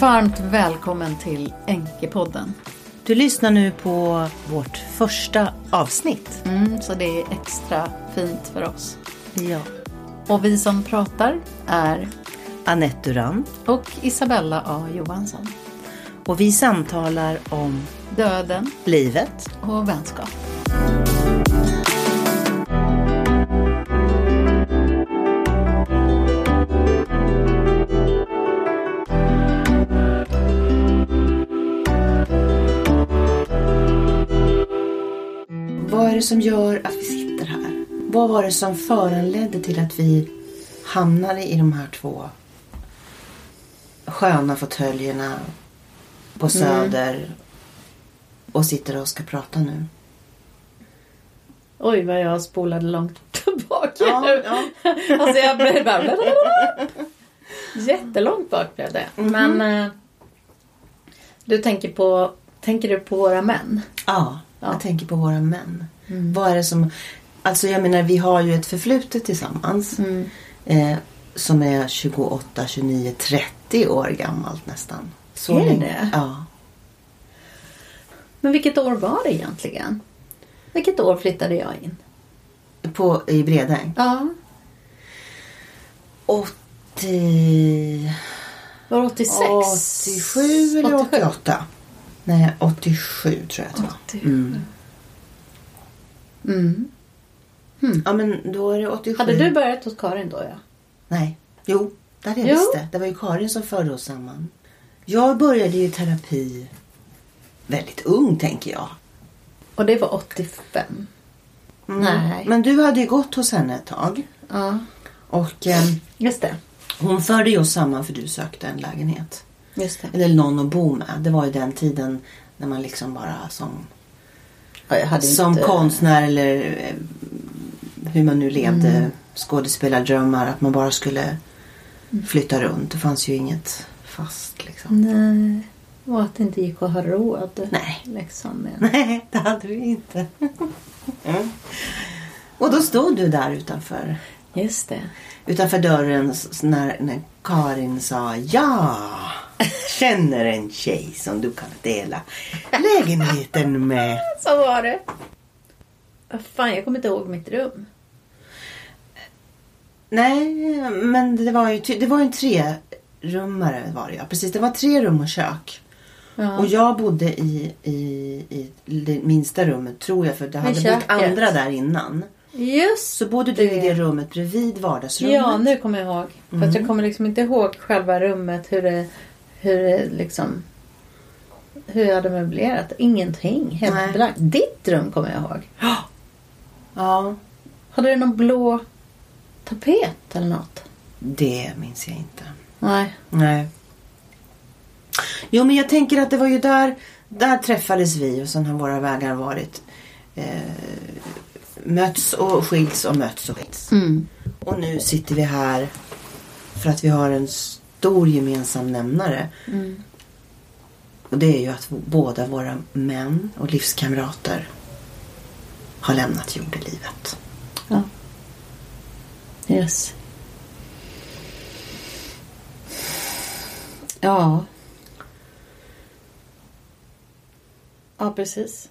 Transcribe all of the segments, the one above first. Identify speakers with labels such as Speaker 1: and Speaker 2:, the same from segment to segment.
Speaker 1: varmt välkommen till Änkepodden.
Speaker 2: Du lyssnar nu på vårt första avsnitt.
Speaker 1: Mm, så det är extra fint för oss.
Speaker 2: Ja.
Speaker 1: Och vi som pratar är
Speaker 2: Anette Duran
Speaker 1: och Isabella A Johansson.
Speaker 2: och vi samtalar om
Speaker 1: Döden
Speaker 2: livet.
Speaker 1: och vänskap.
Speaker 2: Vad är det som gör att vi sitter här? Vad var det som föranledde till att vi hamnade i de här två sköna fåtöljerna på Söder och sitter och ska prata nu?
Speaker 1: Oj, vad jag spolade långt tillbaka
Speaker 2: Ja,
Speaker 1: nu.
Speaker 2: ja.
Speaker 1: Alltså jag blev bara... Jättelångt bak blev det. Men eh, du tänker på... Tänker du på våra män?
Speaker 2: Ja,
Speaker 1: Ja. Mm.
Speaker 2: jag tänker på våra män. Vad är det som... Alltså jag menar, vi har ju ett förflutet tillsammans.
Speaker 1: Mm.
Speaker 2: Eh, som är 28, 29, 30 år gammalt nästan. Så
Speaker 1: Är det
Speaker 2: länge.
Speaker 1: det?
Speaker 2: Ja.
Speaker 1: Men vilket år var det egentligen? Vilket år flyttade jag in?
Speaker 2: På, I Bredäng.
Speaker 1: Ja,
Speaker 2: 80...
Speaker 1: var det 86?
Speaker 2: 87 eller 88? Nej, 87 tror jag att det var.
Speaker 1: 87. Mm.
Speaker 2: Mm. Ja, men då är det 87.
Speaker 1: Mm. Hade du börjat hos Karin då? Ja.
Speaker 2: Nej. Jo, det hade jag
Speaker 1: Jo.
Speaker 2: visst det. Det var ju Karin som förde oss samman. Jag började ju terapi väldigt ung, tänker jag.
Speaker 1: Och det var 85?
Speaker 2: Mm.
Speaker 1: Nej.
Speaker 2: Men du hade ju gått hos henne ett tag.
Speaker 1: Ja,
Speaker 2: Och eh,
Speaker 1: just det.
Speaker 2: hon förde ju oss samman för du sökte en lägenhet.
Speaker 1: Just det.
Speaker 2: Eller någon att bo med. Det var ju den tiden när man liksom bara som,
Speaker 1: Ja, jag hade
Speaker 2: som
Speaker 1: inte...
Speaker 2: konstnär eller eh, hur man nu levde
Speaker 1: Mm.
Speaker 2: skådespelardrömmar. Att man bara skulle
Speaker 1: Mm.
Speaker 2: flytta runt. Det fanns ju inget fast liksom.
Speaker 1: Nej. Och att det inte gick att ha råd.
Speaker 2: Nej.
Speaker 1: Liksom. Men...
Speaker 2: Nej, det hade vi inte. Mm. Och då stod du där utanför
Speaker 1: Just det.
Speaker 2: utanför dörren s- s- när, när Karin sa ja. Känner en tjej som du kan dela lägenheten med.
Speaker 1: Så var det. Vad Fan, jag kommer inte ihåg mitt rum.
Speaker 2: Nej, men det var ju, ty- det var ju en trerummare var det ja. Precis, det var tre rum och kök.
Speaker 1: Ja.
Speaker 2: Och jag bodde i, i, i det minsta rummet tror jag för det hade bott
Speaker 1: köket.
Speaker 2: andra där innan.
Speaker 1: Just
Speaker 2: Så bodde du i det rummet bredvid vardagsrummet.
Speaker 1: Ja, nu kommer jag ihåg. Fast
Speaker 2: Mm.
Speaker 1: jag kommer liksom inte ihåg själva rummet, hur det, hur det liksom... Hur jag hade möblerat. Ingenting.
Speaker 2: Nej.
Speaker 1: Helt blankt. Ditt rum kommer jag ihåg.
Speaker 2: ja,
Speaker 1: Hade du någon blå tapet eller något?
Speaker 2: det minns jag inte.
Speaker 1: Nej.
Speaker 2: Nej. Jo, men jag tänker att det var ju där, där träffades vi och sen har våra vägar varit eh, möts och skilts och möts och skilts.
Speaker 1: Mm.
Speaker 2: Och nu sitter vi här för att vi har en stor gemensam nämnare.
Speaker 1: Mm.
Speaker 2: Och det är ju att båda våra män och livskamrater har lämnat jordelivet.
Speaker 1: Ja. Yes. Ja. Ja, precis.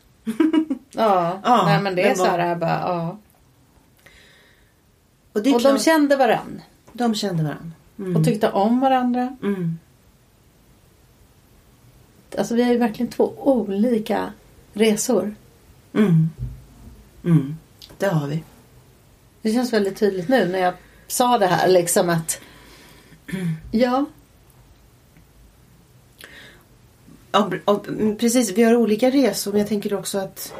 Speaker 1: ja.
Speaker 2: Ja,
Speaker 1: Nej, men det är
Speaker 2: men
Speaker 1: så
Speaker 2: vad-
Speaker 1: här bara, ja.
Speaker 2: Och, det är
Speaker 1: Och
Speaker 2: klart,
Speaker 1: de
Speaker 2: de, kände...
Speaker 1: kände varann.
Speaker 2: de kände varandra. Mm.
Speaker 1: Och tyckte om varandra.
Speaker 2: Mm.
Speaker 1: Alltså vi har ju verkligen två olika resor.
Speaker 2: Mm. Mm. Det har vi.
Speaker 1: Det känns väldigt tydligt nu när jag sa det här liksom att Ja,
Speaker 2: Och, och, mm, precis, vi har olika resor men jag tänker också att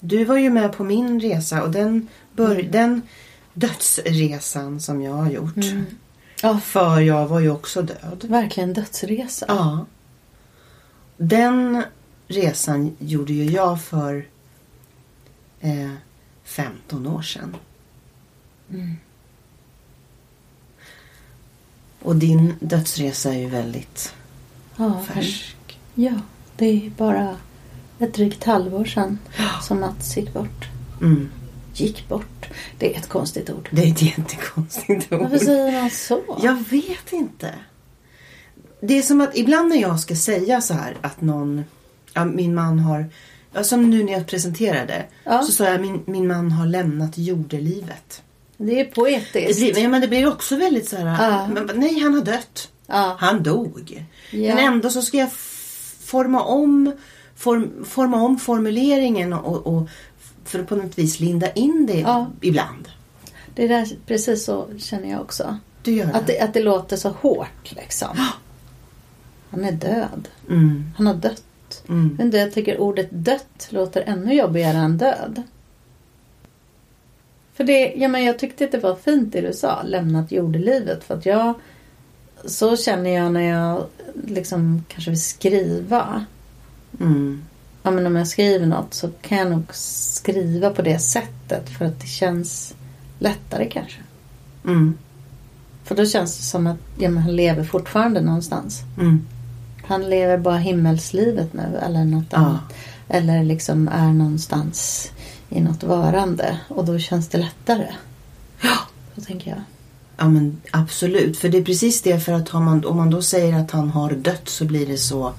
Speaker 2: du var ju med på min resa och den, bör, den dödsresan som jag har gjort.
Speaker 1: Mm. Ja.
Speaker 2: För jag var ju också död.
Speaker 1: verkligen dödsresa.
Speaker 2: Ja. Den resan gjorde ju jag för eh, 15 år sedan. Och din dödsresa är ju väldigt
Speaker 1: Ja,
Speaker 2: färsk.
Speaker 1: ja, det är bara ett drygt halvår sedan som Mats gick bort.
Speaker 2: Mm.
Speaker 1: Gick bort. Det är ett konstigt ord.
Speaker 2: Det är ett jättekonstigt ord.
Speaker 1: Varför säger man så?
Speaker 2: Jag vet inte. Det är som att ibland när jag ska säga så här att någon, ja, min man har, ja, som nu när jag presenterade,
Speaker 1: Ja.
Speaker 2: så sa jag min, min man har lämnat jordelivet.
Speaker 1: Det är poetiskt.
Speaker 2: Ja, men det blir också väldigt så här,
Speaker 1: Ja.
Speaker 2: men, nej han har dött.
Speaker 1: Ja.
Speaker 2: Han dog.
Speaker 1: Ja.
Speaker 2: Men ändå så ska jag f- forma om, form, forma om formuleringen och, och för att på något vis linda in det
Speaker 1: Ja.
Speaker 2: ibland.
Speaker 1: Det där, precis så känner jag också.
Speaker 2: Du gör
Speaker 1: Att
Speaker 2: det.
Speaker 1: det, att det låter så hårt liksom. Han är död.
Speaker 2: Mm,
Speaker 1: Han har dött.
Speaker 2: mm.
Speaker 1: Men det, jag tycker ordet dött låter ännu jobbigare än död. För det, ja, men jag tyckte att det var fint det du sa, lämnat jordelivet. För att jag, så känner jag när jag liksom kanske vill skriva.
Speaker 2: Mm.
Speaker 1: Ja, men om jag skriver något så kan jag nog skriva på det sättet för att det känns lättare kanske.
Speaker 2: Mm.
Speaker 1: För då känns det som att ja, men han lever fortfarande någonstans.
Speaker 2: Mm.
Speaker 1: Han lever bara himmelslivet nu eller något
Speaker 2: Ja.
Speaker 1: annat. Eller liksom är någonstans i något varande. Och då känns det lättare. Ja. Så tänker jag.
Speaker 2: ja, men absolut. För det är precis det för att har man, om man då säger att han har dött så blir det så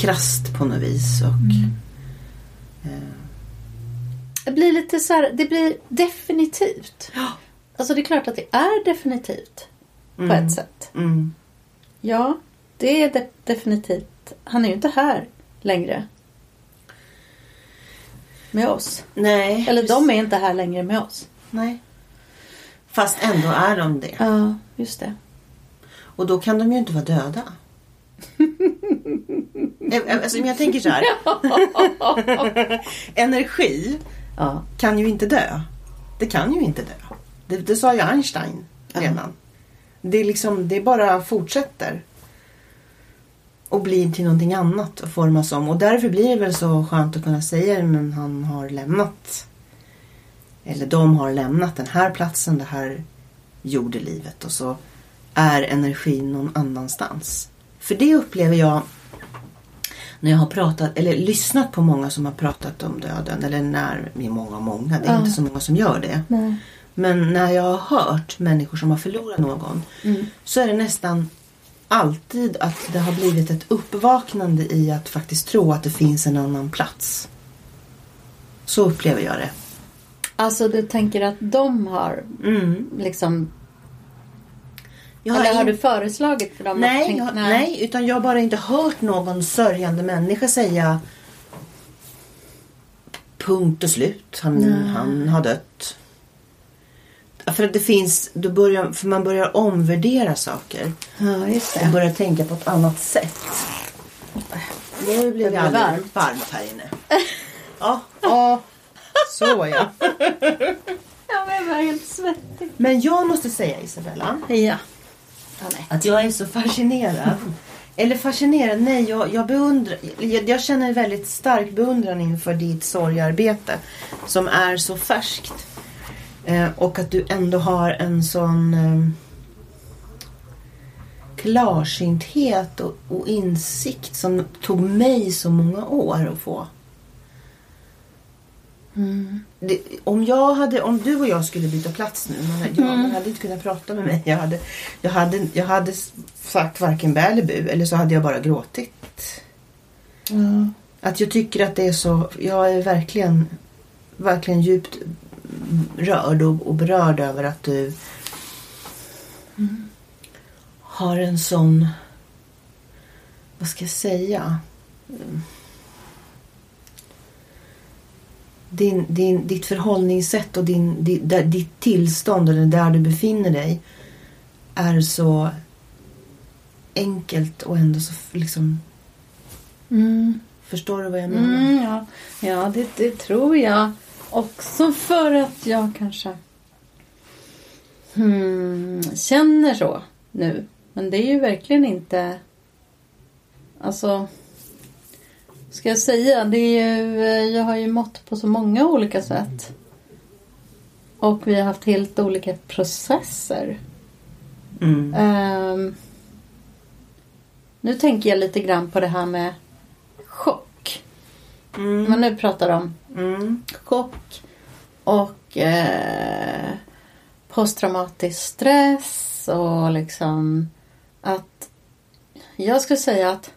Speaker 2: krasst på något vis. Och,
Speaker 1: Mm.
Speaker 2: eh,
Speaker 1: Det blir lite så här, det blir definitivt.
Speaker 2: Ja.
Speaker 1: Alltså det är klart att det är definitivt.
Speaker 2: mm.
Speaker 1: På ett sätt.
Speaker 2: Mm.
Speaker 1: Ja, det är de- definitivt. Han är ju inte här längre. Med oss.
Speaker 2: Nej.
Speaker 1: Eller de
Speaker 2: precis.
Speaker 1: är inte här längre med oss.
Speaker 2: Nej. Fast ändå är de det.
Speaker 1: Ja, just det.
Speaker 2: Och då kan de ju inte vara döda. Eh, eh, alltså, men jag tänker så här. Energi
Speaker 1: Ja,
Speaker 2: kan ju inte dö. Det kan ju inte dö. Det, det sa ju Einstein redan. Det, är liksom, det bara fortsätter. Och blir till någonting annat och formas om. Och därför blir det väl så skönt att kunna säga men han har lämnat. Eller de har lämnat den här platsen, det här jordelivet. Och så är energin någon annanstans. För det upplever jag när jag har pratat eller lyssnat på många som har pratat om döden. Eller när, det är många många, det är
Speaker 1: Ja.
Speaker 2: inte så många som gör det.
Speaker 1: nej.
Speaker 2: Men när jag har hört människor som har förlorat någon
Speaker 1: Mm.
Speaker 2: så är det nästan alltid att det har blivit ett uppvaknande i att faktiskt tro att det finns en annan plats. Så upplever jag det.
Speaker 1: Alltså du tänker att de har
Speaker 2: Mm.
Speaker 1: liksom...
Speaker 2: Jag
Speaker 1: eller har
Speaker 2: in-
Speaker 1: du föreslagit för dem att
Speaker 2: nej,
Speaker 1: tänka...
Speaker 2: jag, nej, utan jag har bara inte hört någon sörjande människa säga punkt och slut. Han,
Speaker 1: Nej.
Speaker 2: han har dött. För att det finns, då börjar, för man börjar omvärdera saker.
Speaker 1: Ja, just
Speaker 2: och
Speaker 1: det.
Speaker 2: börjar tänka på ett annat sätt. Nu blir det
Speaker 1: blir
Speaker 2: alldeles
Speaker 1: varmt.
Speaker 2: varmt här inne. Ja, ja. Så ja.
Speaker 1: Ja, men jag var helt svettig.
Speaker 2: Men jag måste säga Isabella
Speaker 1: Ja. ja nej.
Speaker 2: att jag är så fascinerad. Eller fascinerad, nej jag, jag beundrar, jag, jag känner väldigt stark beundran inför ditt sorgarbete som är så färskt. Eh, och att du ändå har en sån eh, klarsynthet och, och insikt som tog mig så många år att få.
Speaker 1: Mm.
Speaker 2: Det, om, jag hade, om du och jag skulle byta plats nu, man, hade- jag, man hade inte kunnat prata med mig. Jag hade, jag hade, jag hade s- sagt varken bä eller bu eller så hade jag bara gråtit.
Speaker 1: Ja.
Speaker 2: Att jag tycker att det är så, jag är verkligen, verkligen djupt rörd och, och berörd över att du har en sån, vad ska jag säga? Mm. Din, din, ditt förhållningssätt och din, di- där- ditt tillstånd eller där du befinner dig är så enkelt och ändå så f- liksom,
Speaker 1: Mm.
Speaker 2: förstår du vad jag menar?
Speaker 1: Mm, ja, ja det, det tror jag också för att jag kanske hmm, känner så nu. Men det är ju verkligen inte... Alltså, ska jag säga? Det är ju, jag har ju mått på så många olika sätt. Och vi har haft helt olika processer.
Speaker 2: Mm.
Speaker 1: Ehm, nu tänker jag lite grann på det här med chock.
Speaker 2: Mm.
Speaker 1: Man nu pratar om
Speaker 2: Mm.
Speaker 1: chock och eh, posttraumatisk stress och liksom att jag skulle säga att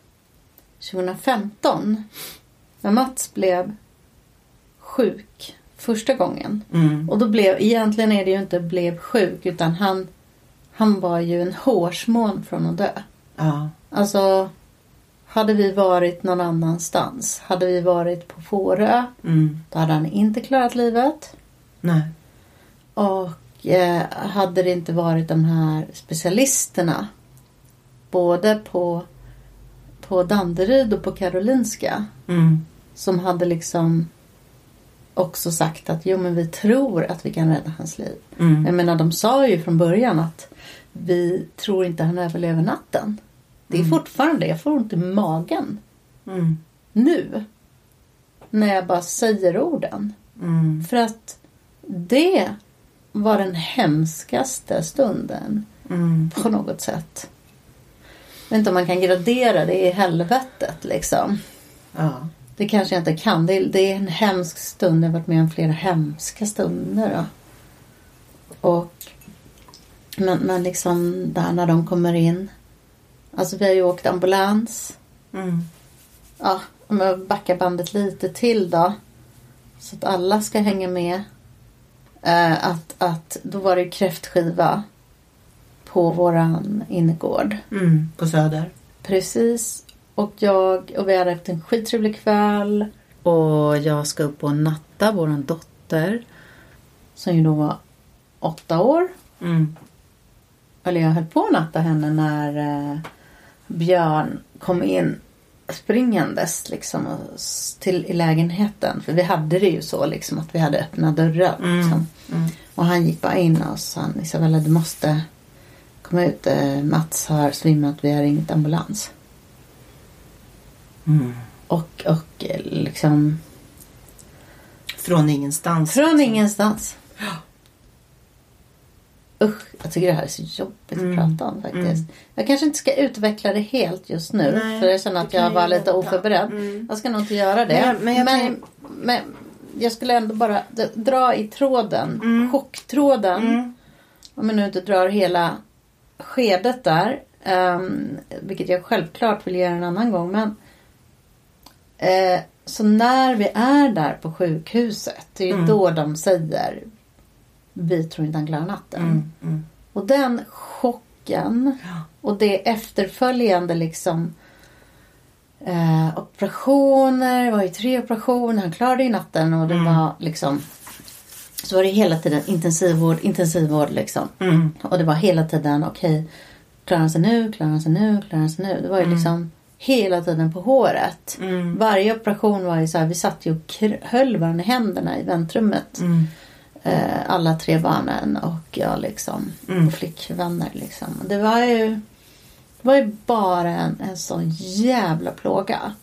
Speaker 1: 2015 när Mats blev sjuk första gången.
Speaker 2: Mm.
Speaker 1: Och då blev, egentligen är det ju inte blev sjuk utan han, han var ju en hårsmån från att dö.
Speaker 2: Ja.
Speaker 1: Alltså, hade vi varit någon annanstans, hade vi varit på Fårö,
Speaker 2: Mm.
Speaker 1: då hade han inte klarat livet.
Speaker 2: Nej.
Speaker 1: Och eh, hade det inte varit de här specialisterna, både på, på Danderyd och på Karolinska,
Speaker 2: Mm.
Speaker 1: som hade liksom också sagt att jo men vi tror att vi kan rädda hans liv.
Speaker 2: Mm.
Speaker 1: Jag menar de sa ju från början att vi tror inte han överlever natten. Det är fortfarande, jag får ont i magen
Speaker 2: Mm.
Speaker 1: nu. När jag bara säger orden.
Speaker 2: Mm.
Speaker 1: För att det var den hemskaste stunden
Speaker 2: Mm.
Speaker 1: på något sätt. Jag vet inte om man kan gradera det i helvetet liksom.
Speaker 2: Ja.
Speaker 1: Det kanske jag inte kan. Det är, det är en hemsk stund. Jag har varit med om flera hemska stunder. Då. Och, men, men liksom där när de kommer in. Alltså vi har ju åkt ambulans.
Speaker 2: Mm.
Speaker 1: Ja, om jag backar bandet lite till då. Så att alla ska hänga med. Eh, att, att då var det ju kräftskiva på våran innergård.
Speaker 2: Mm. På Söder.
Speaker 1: Precis. Och jag och vi hade haft en skittrevlig kväll.
Speaker 3: Och jag ska upp och natta vår dotter.
Speaker 1: som ju då var åtta år.
Speaker 2: Mm.
Speaker 1: Eller jag höll på att natta henne när eh, Björn kom in springandes liksom och s- till i lägenheten. För vi hade det ju så liksom att vi hade öppna dörrar.
Speaker 2: Mm.
Speaker 1: Liksom.
Speaker 2: Mm.
Speaker 1: Och han gick bara in och sa Isabella du måste komma ut. Eh, Mats har svimmat, vi har ringt ambulans.
Speaker 2: Mm.
Speaker 1: Och, och eh, liksom
Speaker 2: Från ingenstans.
Speaker 1: från ingenstans. Usch, jag tycker det här är så jobbigt
Speaker 2: Mm.
Speaker 1: att prata om faktiskt.
Speaker 2: Mm.
Speaker 1: Jag kanske inte ska utveckla det helt just nu
Speaker 2: Nej,
Speaker 1: för jag känner att
Speaker 2: det kan
Speaker 1: jag
Speaker 2: ju
Speaker 1: var lite
Speaker 2: vänta.
Speaker 1: oförberedd.
Speaker 2: Mm.
Speaker 1: Jag ska nog inte göra det.
Speaker 2: Men- men jag
Speaker 1: men,
Speaker 2: tänk-
Speaker 1: men jag skulle ändå bara d- dra i tråden,
Speaker 2: Mm.
Speaker 1: chocktråden.
Speaker 2: Mm.
Speaker 1: Om jag nu inte drar hela skedet där, ehm, vilket jag självklart vill göra en annan gång. Men, eh, så när vi är där på sjukhuset, det är ju
Speaker 2: Mm.
Speaker 1: då de säger vi tror inte han klarar natten.
Speaker 2: Mm. Mm.
Speaker 1: Och den chocken
Speaker 2: Ja.
Speaker 1: och det efterföljande liksom eh, operationer, det var ju tre operationer, han klarade ju natten och det
Speaker 2: Mm.
Speaker 1: var liksom så var det hela tiden intensivvård, intensivvård liksom.
Speaker 2: Mm.
Speaker 1: Och det var hela tiden okej, klarar han sig nu, klarar han sig nu, klarar han sig nu. Det var ju liksom hela tiden på håret.
Speaker 2: Mm.
Speaker 1: Varje operation var ju så här, vi satt ju och kr- höll varandra i händerna i väntrummet
Speaker 2: Mm.
Speaker 1: eh, alla tre barnen och jag liksom.
Speaker 2: Mm.
Speaker 1: Och flickvänner liksom. Det var ju, det var ju bara en, en sån jävla plåga.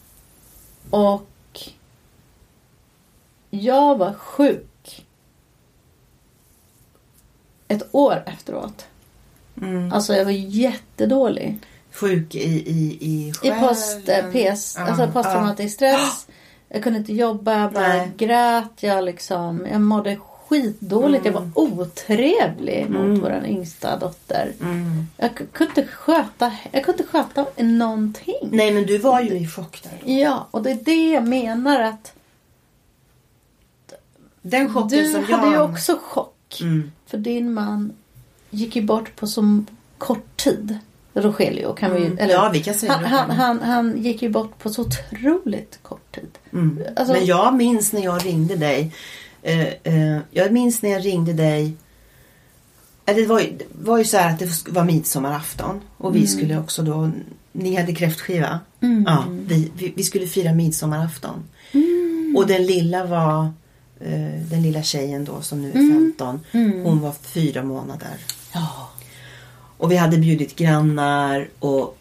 Speaker 1: Och jag var sjuk ett år efteråt.
Speaker 2: Mm.
Speaker 1: Alltså jag var jättedålig.
Speaker 2: Sjuk i, i, i
Speaker 1: I
Speaker 2: själen.
Speaker 1: post, eh, PS, alltså
Speaker 2: Ja,
Speaker 1: posttraumatisk stress. Jag kunde inte jobba, jag bara
Speaker 2: Nej.
Speaker 1: grät. Jag, liksom, jag mådde skitdåligt. Jag var otrevlig mot
Speaker 2: Mm.
Speaker 1: vår yngsta dotter.
Speaker 2: ja. Mm.
Speaker 1: Jag k- kunde inte sköta, jag kunde inte sköta någonting.
Speaker 2: Nej men du var ju i chock där. då.
Speaker 1: Ja, och det är det jag menar att
Speaker 2: Den chocken
Speaker 1: du
Speaker 2: som jag...
Speaker 1: hade ju också chock.
Speaker 2: Mm.
Speaker 1: För din man gick ju bort på så kort tid. Rogelio kan vi ju...
Speaker 2: Mm. Ja, vi kan säga
Speaker 1: han,
Speaker 2: Rogelio.
Speaker 1: han, han, han gick ju bort på så otroligt kort tid.
Speaker 2: Mm.
Speaker 1: Alltså-
Speaker 2: Men jag minns när jag ringde dig. Eh, eh, jag minns när jag ringde dig. Eh, Det var, ju- det var ju så här att det sk- var midsommarafton. Och vi
Speaker 1: Mm.
Speaker 2: skulle också då. Ni hade kräftskiva. Ja, vi, vi, vi skulle fira midsommarafton.
Speaker 1: Mm.
Speaker 2: Och den lilla var. eh, den lilla tjejen då som nu är
Speaker 1: Mm.
Speaker 2: 15. Hon var fyra månader.
Speaker 1: Ja.
Speaker 2: Och vi hade bjudit grannar och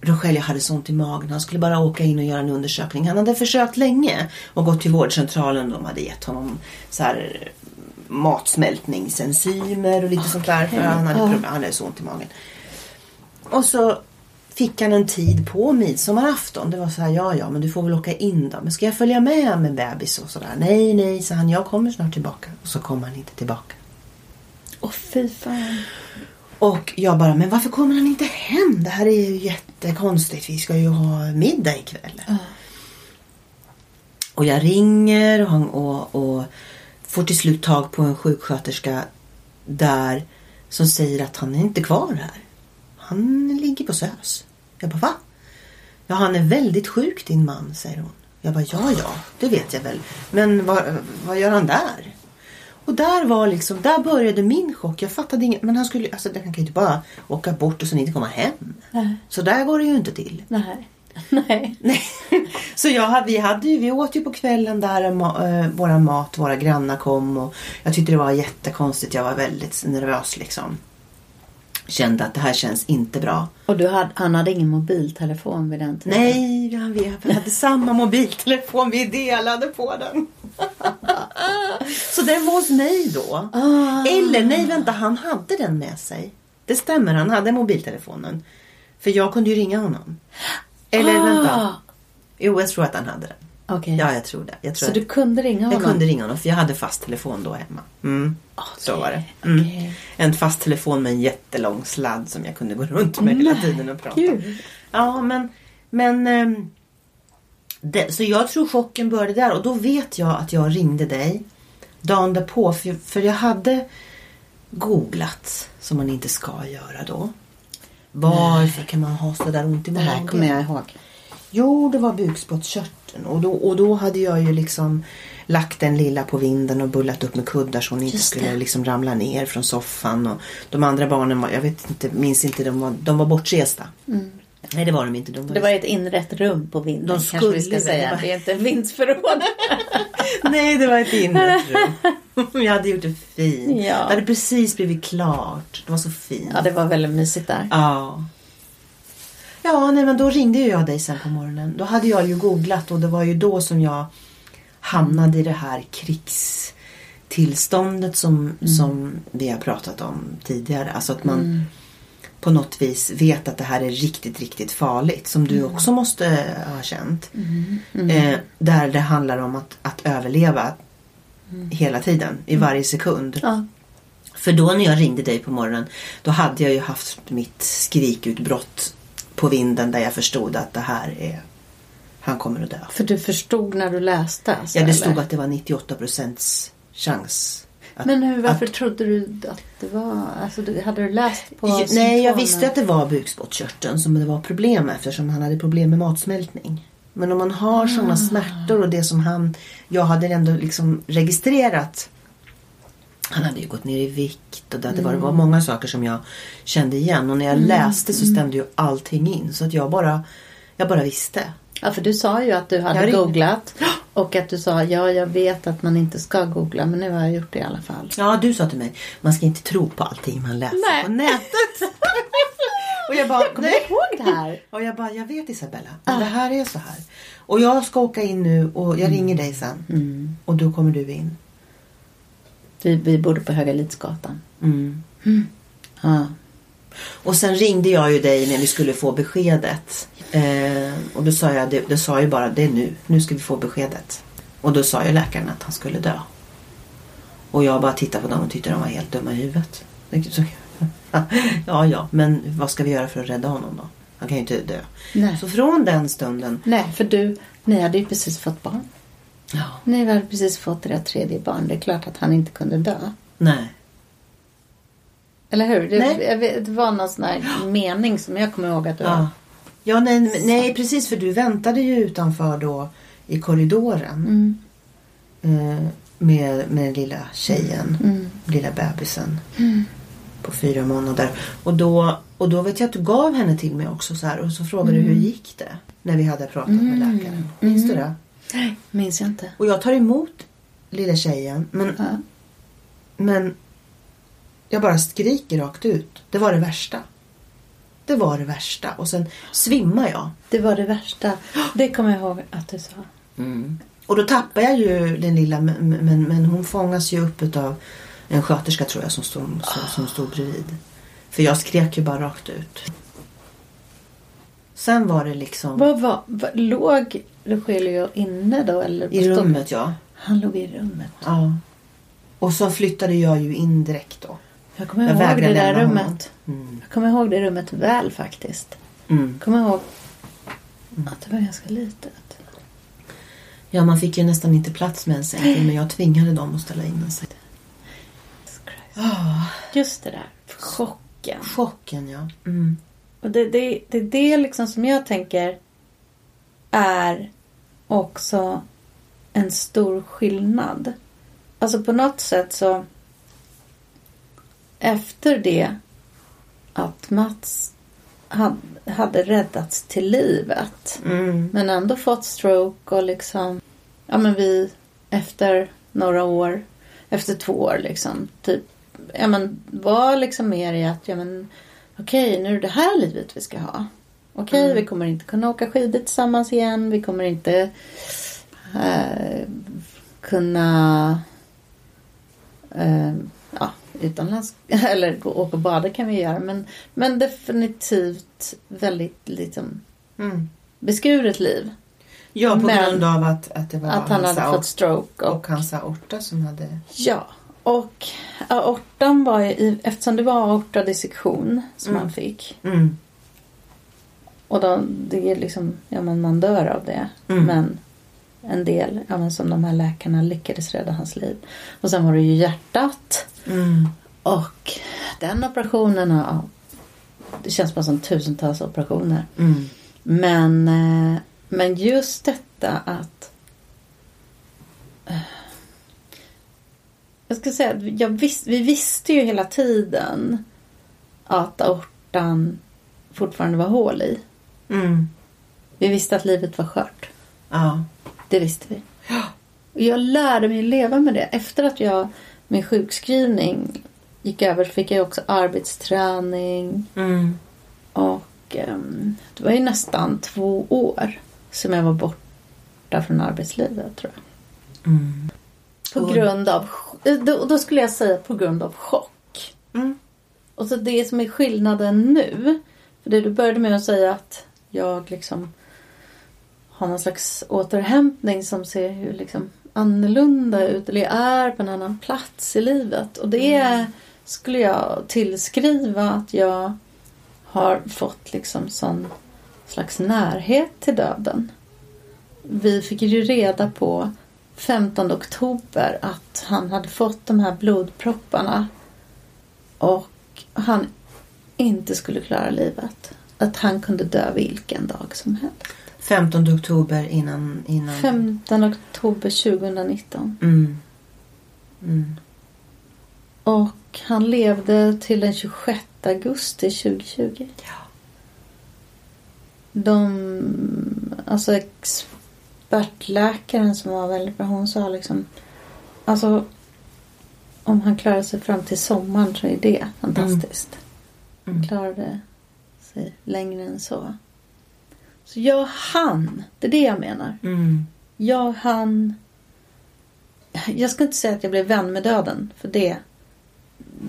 Speaker 2: Rogelio hade så ont i magen. Han skulle bara åka in och göra en undersökning. Han hade försökt länge och gått till vårdcentralen. De hade gett honom så här matsmältningsenzymer och lite sånt där. För han hade, problem, han hade så ont i magen. Och så fick han en tid på midsommarafton. Det var så här, ja ja men du får väl åka in då. Men ska jag följa med med bebis och sådär? Nej nej, sa han. Jag kommer snart tillbaka. Och så kom han inte tillbaka.
Speaker 1: Åh fy fan.
Speaker 2: Och jag bara, men varför kommer han inte hem? Det här är ju jättekonstigt. Vi ska ju ha middag ikväll. Och jag ringer och, han- och, och får till slut tag på en sjuksköterska där som säger att han är inte kvar här. Han ligger på SÖS. Jag bara, va? Ja, han är väldigt sjuk din man, säger hon. Jag bara, ja, ja, det vet jag väl. Men vad, vad gör han där? Och där var liksom, där började min chock. Jag fattade inget. Men han skulle, alltså han kan ju inte bara åka bort och sen inte komma hem.
Speaker 1: Nej.
Speaker 2: Så där går det ju inte till.
Speaker 1: Nej. Nej.
Speaker 2: Nej. Så jag, hade- vi, hade ju, vi åt ju på kvällen där ma- eh, våra mat, våra grannar kom och jag tyckte det var jättekonstigt. Jag var väldigt nervös liksom. Kände att det här känns inte bra.
Speaker 3: Och du hade, han hade ingen mobiltelefon vid den tiden?
Speaker 2: Nej, vi hade, vi hade samma mobiltelefon. Vi delade på den. Så den var hos mig då. Eller nej, vänta, han hade den med sig. Det stämmer, han hade mobiltelefonen. För jag kunde ju ringa honom. Eller vänta. Jo, jag tror att han hade den.
Speaker 3: Okej.
Speaker 2: Ja, jag tror det. Jag tror
Speaker 1: Så
Speaker 2: att-
Speaker 1: du kunde ringa honom?
Speaker 2: jag kunde ringa honom för jag hade fast telefon då hemma. Mm.
Speaker 3: Ah,
Speaker 2: Så var det. Mm.
Speaker 1: okej.
Speaker 2: En fast telefon med en jättelång sladd som jag kunde gå runt med hela tiden och prata.
Speaker 1: gud.
Speaker 2: Ja, men... men ehm, det, så jag tror chocken började där och då vet jag att jag ringde dig dagen därpå för, för jag hade googlat som man inte ska göra då. Varför kan man ha så där ont i
Speaker 3: Det
Speaker 2: magen?
Speaker 3: här kommer jag ihåg.
Speaker 2: Jo, det var bukspottkörteln och då, och då hade jag ju liksom lagt den lilla på vinden och bullat upp med kuddar så hon inte
Speaker 3: Just det.
Speaker 2: skulle liksom ramla ner från soffan. Och de andra barnen var, jag vet inte, minns inte, de var, de var bortresta. Nej, det var de inte. De var
Speaker 3: Mm. Det var ett inrätt rum på vinden
Speaker 2: De
Speaker 3: kanske vi
Speaker 2: skulle
Speaker 3: ska säga.
Speaker 2: väl-
Speaker 3: Det är inte en vindsförråd.
Speaker 2: Nej, det var ett innerrum. jag hade gjort det fint.
Speaker 1: Ja.
Speaker 2: Det hade precis blivit klart. Det var så fint.
Speaker 3: ja, det var väldigt mysigt där.
Speaker 2: Ja. Ja, nej men då ringde ju jag dig sen på morgonen. Då hade jag ju googlat och det var ju då som jag hamnade i det här krigstillståndet som, som vi har pratat om tidigare. Alltså att man på något vis vet att det här är riktigt, riktigt farligt. Som du också måste ha känt. Eh, där det handlar om att, att överleva hela tiden, i varje sekund.
Speaker 1: Ja.
Speaker 2: För då när jag ringde dig på morgonen, då hade jag ju haft mitt skrikutbrott på vinden där jag förstod att det här är... Han kommer att dö.
Speaker 1: För du förstod när du läste? Alltså,
Speaker 2: Ja, det
Speaker 1: eller?
Speaker 2: stod att det var 98 procents chans. Att,
Speaker 1: Men hur, varför trodde du att det var... Alltså, du, hade du läst på
Speaker 2: Ju- Nej, jag
Speaker 1: symptomen?
Speaker 2: visste att det var bukspottkörteln som det var problem med eftersom han hade problem med matsmältning. Men om man har sådana
Speaker 1: Ah.
Speaker 2: smärtor och det som han... Jag hade ändå liksom registrerat. Han hade ju gått ner i vikt och det, hade varit- det var
Speaker 1: Mm.
Speaker 2: många saker som jag kände igen. Och när jag läste så stämde ju allting in. Så att jag bara, jag bara visste.
Speaker 3: Ja, för du sa ju att du
Speaker 2: Jag
Speaker 3: hade
Speaker 2: ringde.
Speaker 3: googlat och att du sa ja, jag vet att man inte ska googla men nu har jag gjort det i alla fall.
Speaker 2: Ja, du sa till mig, man ska inte tro på allting man läser
Speaker 3: Nej.
Speaker 2: på nätet. och jag bara,
Speaker 3: Kommer du ihåg det här?
Speaker 2: Och jag bara, jag vet Isabella, men det här är så här. Och jag ska åka in nu och jag ringer dig sen. Och då kommer du in.
Speaker 3: Vi, vi bodde på Höga Lidsgatan. Ja.
Speaker 2: Och sen ringde jag ju dig när vi skulle få beskedet. Eh, och då sa jag, det, det sa ju bara, det är nu, nu ska vi få beskedet. Och då sa ju läkaren att han skulle dö. Och jag bara tittade på dem och tyckte de var helt dumma i huvudet. Det är typ så- ja, ja, men vad ska vi göra för att rädda honom då? Han kan ju inte dö.
Speaker 3: Nej.
Speaker 2: Så från den stunden.
Speaker 3: Nej, för du, ni hade ju precis fått barn.
Speaker 2: Ja.
Speaker 3: Ni hade precis fått ert tredje barn. Det är klart att han inte kunde dö.
Speaker 2: Nej.
Speaker 3: Eller hur? Det,
Speaker 2: Nej.
Speaker 3: jag vet, det var någon sån här mening som jag kommer ihåg att du
Speaker 2: Ja, ja nej, men- nej precis för du väntade ju utanför då i korridoren.
Speaker 3: Mm.
Speaker 2: Eh, med, med den lilla tjejen,
Speaker 3: Mm.
Speaker 2: lilla bebisen. På fyra månader. Och då, och då vet jag att du gav henne till mig också så här och så frågade du hur gick det? När vi hade pratat med läkaren. Minns du det?
Speaker 3: Minns jag inte.
Speaker 2: Och jag tar emot lilla tjejen men,
Speaker 3: Ja.
Speaker 2: men jag bara skriker rakt ut. Det var det värsta. Det var det värsta. Och sen svimmar jag.
Speaker 1: Det var det värsta. Det kommer jag ihåg att du sa.
Speaker 2: Mm. Och då tappar jag ju den lilla men, men, men hon fångas ju upp utav en sköterska tror jag som stod, som, som stod bredvid. För jag skrek ju bara rakt ut. Sen var det liksom
Speaker 1: Vad var... Vad, låg Rogelio inne då? Eller på
Speaker 2: i
Speaker 1: stopp-
Speaker 2: rummet ja.
Speaker 1: Han låg i rummet.
Speaker 2: ja. Och så flyttade jag ju in direkt då.
Speaker 1: Jag kommer
Speaker 2: Jag
Speaker 1: ihåg
Speaker 2: vägrar
Speaker 1: det där
Speaker 2: lämna honom.
Speaker 1: rummet.
Speaker 2: Mm.
Speaker 1: Jag kommer ihåg det rummet väl faktiskt.
Speaker 2: Mm.
Speaker 1: Jag kommer ihåg att det var ganska litet.
Speaker 2: Ja, man fick ju nästan inte plats med en säker men jag tvingade dem att ställa in en säker.
Speaker 1: Jesus Christ.
Speaker 2: Ah,
Speaker 1: Just det där. Chocken.
Speaker 2: chocken ja. Mm.
Speaker 1: Och det, det, det är det liksom som jag tänker är också en stor skillnad. Alltså på något sätt så efter det att Mats hade, hade räddats till livet
Speaker 2: Mm.
Speaker 1: men ändå fått stroke och liksom ja men vi efter några år efter två år liksom typ ja men var liksom mer i att ja men okej nu är det det här livet vi ska ha okej vi kommer inte kunna åka skidor tillsammans igen vi kommer inte eh, kunna eh, ja, utomlands eller gå, åka och bada kan vi göra men, men definitivt väldigt liksom
Speaker 2: Mm.
Speaker 1: beskuret liv
Speaker 2: Ja, på
Speaker 1: Men-
Speaker 2: grund av att, att det var
Speaker 1: att han
Speaker 2: hans
Speaker 1: hade fått
Speaker 2: aort
Speaker 1: stroke. Och,
Speaker 2: och hans aorta som hade...
Speaker 1: ja. Och aortan var ju, i- eftersom det var aortadissektion som
Speaker 2: Mm.
Speaker 1: han fick.
Speaker 2: Mm.
Speaker 1: Och då, det är liksom, ja men man dör av det.
Speaker 2: Mm.
Speaker 1: Men en del, ja men som de här läkarna lyckades rädda hans liv. Och sen var det ju hjärtat.
Speaker 2: Mm.
Speaker 1: Och den operationen, ja. Det känns bara som tusentals operationer.
Speaker 2: Mm.
Speaker 1: Men, eh, men just detta att... eh, Jag ska säga att jag vis, vi visste ju hela tiden att aortan fortfarande var hål i.
Speaker 2: Mm.
Speaker 1: Vi visste att livet var skört.
Speaker 2: Ja.
Speaker 1: Det visste vi. Och jag lärde mig leva med det. Efter att jag, min sjukskrivning gick över fick jag också arbetsträning.
Speaker 2: Mm.
Speaker 1: Och ehm, det var ju nästan två år som jag var borta från arbetslivet tror jag.
Speaker 2: Mm.
Speaker 1: På
Speaker 2: Och-
Speaker 1: grund av, ch- eh, då, då skulle jag säga på grund av chock.
Speaker 2: Mm.
Speaker 1: Och så det som är skillnaden nu, för det du började med att säga att jag liksom har någon slags återhämtning som ser ju liksom annorlunda ut eller jag är på en annan plats i livet. Och det skulle jag tillskriva att jag har fått liksom sån slags närhet till döden. Vi fick ju reda på 15 oktober att han hade fått de här blodpropparna och han inte skulle klara livet. Att han kunde dö vilken dag som helst.
Speaker 2: 15 oktober innan... innan...
Speaker 1: 15 oktober 2019.
Speaker 2: Mm. Mm.
Speaker 1: Och han levde till den 26 augusti 2020.
Speaker 2: Ja.
Speaker 1: De, alltså expertläkaren som var väldigt bra, hon sa liksom Alltså om han klarar sig fram till sommaren så är det fantastiskt.
Speaker 2: Mm.
Speaker 1: klarade sig längre än så. Så jag hann, det är det jag menar.
Speaker 2: Mm.
Speaker 1: Jag hann... Jag ska inte säga att jag blev vän med döden, för det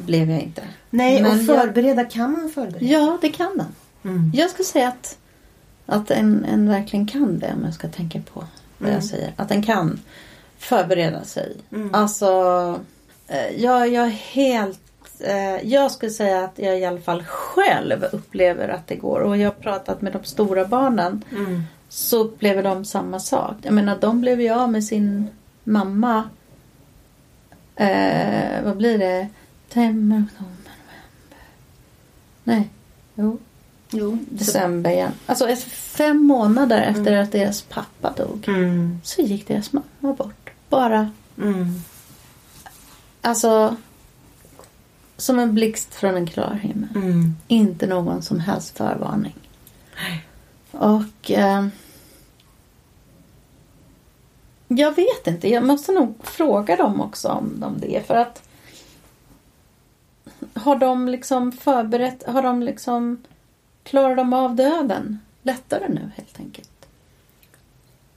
Speaker 1: blev jag inte.
Speaker 2: Nej,
Speaker 1: Men
Speaker 2: och
Speaker 1: jag-
Speaker 2: förbereda kan man förbereda.
Speaker 1: Ja, det kan den.
Speaker 2: Mm.
Speaker 1: Jag skulle säga att, att en, en verkligen kan det, om jag ska tänka på vad
Speaker 2: Mm.
Speaker 1: jag säger. Att den kan förbereda sig.
Speaker 2: Mm.
Speaker 1: Alltså, eh, jag, jag är helt... eh, Jag skulle säga att jag i alla fall själv upplever att det går. Och jag har pratat med de stora barnen
Speaker 2: Mm.
Speaker 1: så upplever de samma sak. Jag menar, de blev ju av med sin mamma. Eh, vad blir det? September, oktober, november. Nej, jo,
Speaker 2: Jo.
Speaker 1: december igen. Alltså efter fem månader efter att deras pappa dog
Speaker 2: Mm.
Speaker 1: så gick deras mamma bort. Bara,
Speaker 2: Mm.
Speaker 1: alltså, som en blixt från en klar himmel.
Speaker 2: Mm.
Speaker 1: Inte någon som helst förvarning.
Speaker 2: Nej.
Speaker 1: Och... Eh, jag vet inte. Jag måste nog fråga dem också om, om det. För att... Har de liksom förberett... Har de liksom... Klarar de av döden lättare nu helt enkelt?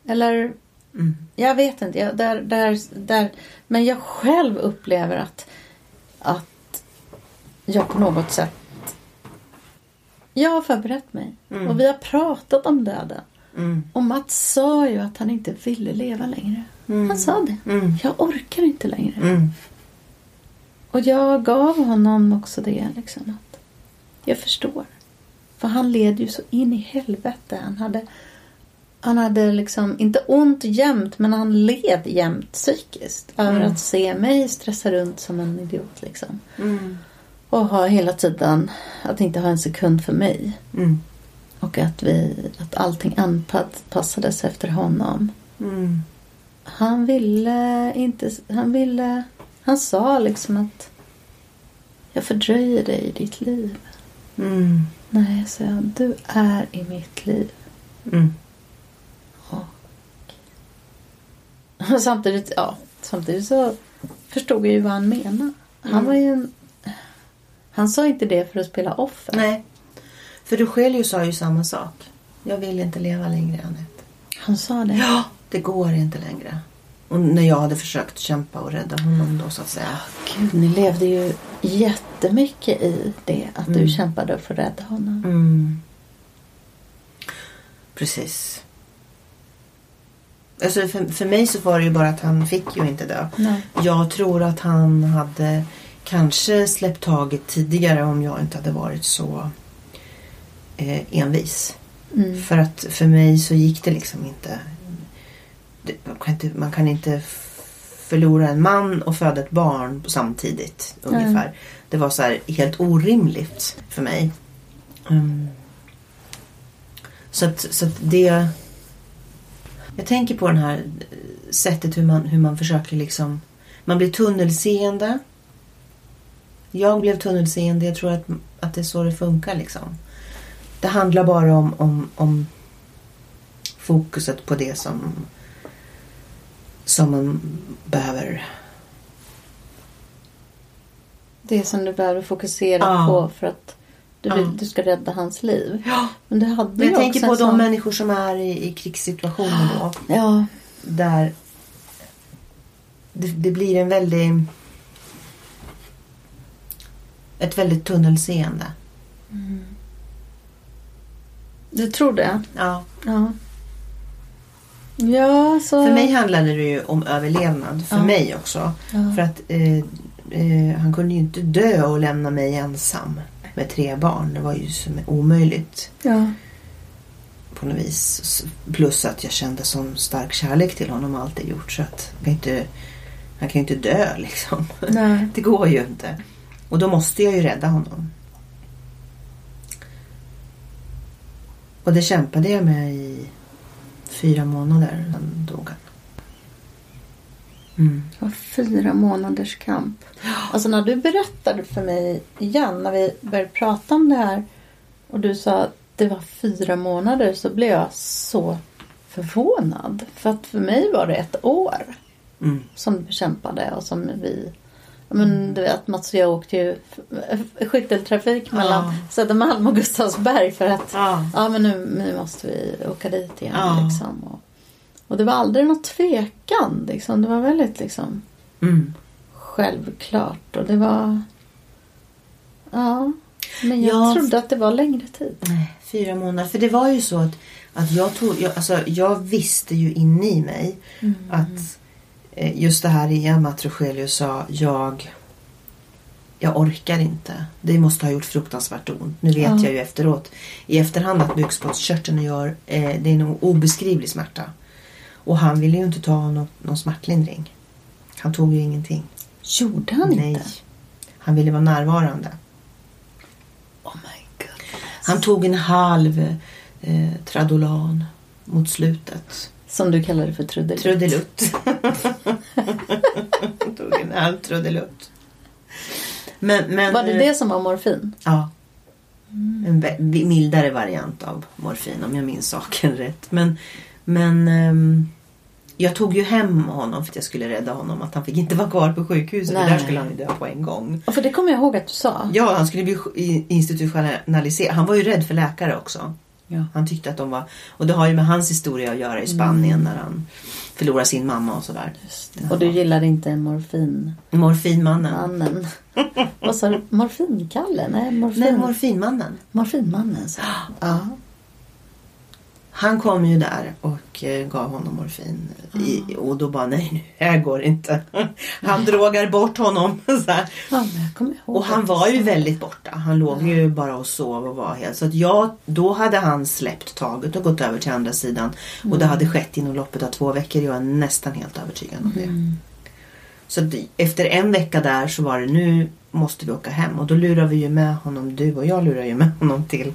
Speaker 1: Eller
Speaker 2: Mm.
Speaker 1: jag vet inte. Jag, där, där, där, men jag själv upplever att, att jag på något sätt... Jag har förberett mig.
Speaker 2: Mm.
Speaker 1: Och vi har pratat om döden.
Speaker 2: Mm.
Speaker 1: Och Mats sa ju att han inte ville leva längre.
Speaker 2: Mm.
Speaker 1: Han sa det.
Speaker 2: Mm.
Speaker 1: Jag orkar inte längre.
Speaker 2: Mm.
Speaker 1: Och jag gav honom också det. Liksom, att jag förstår. För han led ju så in i helvete. Han hade, han hade liksom, inte ont jämt, men han led jämt psykiskt. Över att se mig stressa runt som en idiot. Liksom.
Speaker 2: Mm.
Speaker 1: Och ha hela tiden, att inte ha en sekund för mig.
Speaker 2: Mm.
Speaker 1: Och att, vi, att allting anpassades efter honom.
Speaker 2: Mm.
Speaker 1: Han ville inte... Han ville... Han sa liksom att jag fördröjer dig i ditt liv.
Speaker 2: Mm.
Speaker 1: Nej, sa jag. Du är i mitt liv.
Speaker 2: Mm.
Speaker 1: Och samtidigt, ja, samtidigt så förstod jag ju vad han menade. Han
Speaker 2: Mm.
Speaker 1: var ju en... Han sa inte det för att spela offer.
Speaker 2: Nej. För du själv ju sa ju samma sak. Jag vill inte leva längre, Anette.
Speaker 1: Han sa det.
Speaker 2: Ja. Det går inte längre. Och när jag hade försökt kämpa och rädda honom då så att säga.
Speaker 1: Gud, ni levde ju jättemycket i det. Att du
Speaker 2: Mm.
Speaker 1: kämpade för att rädda honom.
Speaker 2: Mm. Precis. Alltså för, för mig så var det ju bara att han fick ju inte dö.
Speaker 1: Nej.
Speaker 2: Jag tror att han hade kanske släppt taget tidigare om jag inte hade varit så eh, envis.
Speaker 1: Mm.
Speaker 2: För att för mig så gick det liksom inte. Det, man, kan inte man kan inte f- förlora en man och föda ett barn samtidigt ungefär. Det var så här helt orimligt för mig. Mm. Så att, så att det... Jag tänker på det här eh, sättet hur man, hur man försöker liksom... Man blir tunnelseende. Jag blev tunnelseende. Jag tror att, att det är så det funkar liksom. Det handlar bara om, om, om fokuset på det som, som man behöver.
Speaker 1: Det som du behöver fokusera
Speaker 2: Ja.
Speaker 1: på för att du, vill,
Speaker 2: Ja.
Speaker 1: du ska rädda hans liv.
Speaker 2: Ja,
Speaker 1: Men du hade
Speaker 2: men
Speaker 1: ju
Speaker 2: jag
Speaker 1: också
Speaker 2: tänker
Speaker 1: en
Speaker 2: på de
Speaker 1: sån-
Speaker 2: människor som är i, i krigssituationer då.
Speaker 1: Ja,
Speaker 2: Där det, det blir en väldigt... Ett väldigt tunnelseende.
Speaker 1: du tror det?
Speaker 2: Ja.
Speaker 1: Ja. Ja, så...
Speaker 2: För mig handlade det ju om överlevnad. För
Speaker 1: Ja.
Speaker 2: mig också.
Speaker 1: Ja.
Speaker 2: För att eh, eh, han kunde ju inte dö och lämna mig ensam med tre barn. Det var ju som omöjligt
Speaker 1: Ja.
Speaker 2: på något vis. S- Plus att jag kände sån stark kärlek till honom och alltid gjort. Så att han kan ju inte, han kan ju inte dö liksom.
Speaker 1: Nej.
Speaker 2: Det går ju inte. Och då måste jag ju rädda honom. Och det kämpade jag med i fyra månader. Sen dog han. Mm.
Speaker 1: Det var fyra månaders kamp. Alltså när du berättade för mig igen, när vi började prata om det här och du sa att det var fyra månader så blev jag så förvånad. För att för mig var det ett år.
Speaker 2: Mm.
Speaker 1: som kämpade och som vi Ja, men du vet Mats och jag åkte ju f- skytteltrafik mellan
Speaker 2: Ja.
Speaker 1: Södermalm och Gustavsberg för att
Speaker 2: Ja.
Speaker 1: ja men nu, nu måste vi åka dit igen
Speaker 2: Ja.
Speaker 1: liksom. Och, och det var aldrig något tvekan liksom. Det var väldigt liksom
Speaker 2: Mm.
Speaker 1: självklart och det var ja. Men jag
Speaker 2: Ja.
Speaker 1: trodde att det var längre tid.
Speaker 2: Nej, fyra månader. För det var ju så att, att jag, tog, jag, alltså, jag visste ju in i mig
Speaker 1: Mm.
Speaker 2: att eh, just det här igen med att Rogelius sa jag, jag orkar inte. Det måste ha gjort fruktansvärt ont. Nu vet
Speaker 1: Ja.
Speaker 2: jag ju efteråt i efterhand att bukspottkörteln gör eh, det är en obeskrivlig smärta. Och han ville ju inte ta något, någon smärtlindring. Han tog ju ingenting.
Speaker 1: Gjorde han
Speaker 2: Nej.
Speaker 1: inte?
Speaker 2: Han ville vara närvarande.
Speaker 1: Oh my god.
Speaker 2: Han tog en halv eh, Tradolan mot slutet.
Speaker 1: Som du kallade för trudelutt.
Speaker 2: Trudelutt. Han tog en halv trudelutt. Men, men,
Speaker 1: Var det
Speaker 2: eh,
Speaker 1: det som var morfin?
Speaker 2: Ja. En vä- mildare variant av morfin om jag minns saken rätt. Men, men ehm, jag tog ju hem honom för att jag skulle rädda honom. Att han fick inte vara kvar på sjukhuset. För
Speaker 1: Nej. Ah.
Speaker 2: där skulle han ju dö på en gång.
Speaker 1: Och för det kommer jag ihåg att du sa.
Speaker 2: Ja, han skulle bli sj- i- institutionaliserad. Han var ju rädd för läkare också.
Speaker 1: Ja.
Speaker 2: Han tyckte att de var... Och det har ju med hans historia att göra i
Speaker 1: Mm.
Speaker 2: Spanien när han förlorar sin mamma och sådär.
Speaker 1: Och du gillar inte morfinmannen.
Speaker 2: Morfinmannen.
Speaker 1: Vad sa du? Morfinkalle? Nej, morfin.
Speaker 2: Nej, morfinmannen.
Speaker 1: morfinmannen sa du. Ja.
Speaker 2: Han kom ju där och eh, gav honom morfin. I, och då bara, nej nu, här går det inte. Han drogar bort honom. Så här.
Speaker 1: Ja, men jag kommer ihåg.
Speaker 2: Och han
Speaker 1: att-
Speaker 2: var ju väldigt borta. Han låg ju bara och sov och var helt... Så att jag, då hade han släppt taget och gått över till andra sidan. Och det hade skett inom loppet av två veckor. Jag är nästan helt övertygad om det.
Speaker 1: Mm.
Speaker 2: Så att efter en vecka där så var det nu måste vi åka hem. Och då lurar vi ju med honom. Du och jag lurar ju med honom till,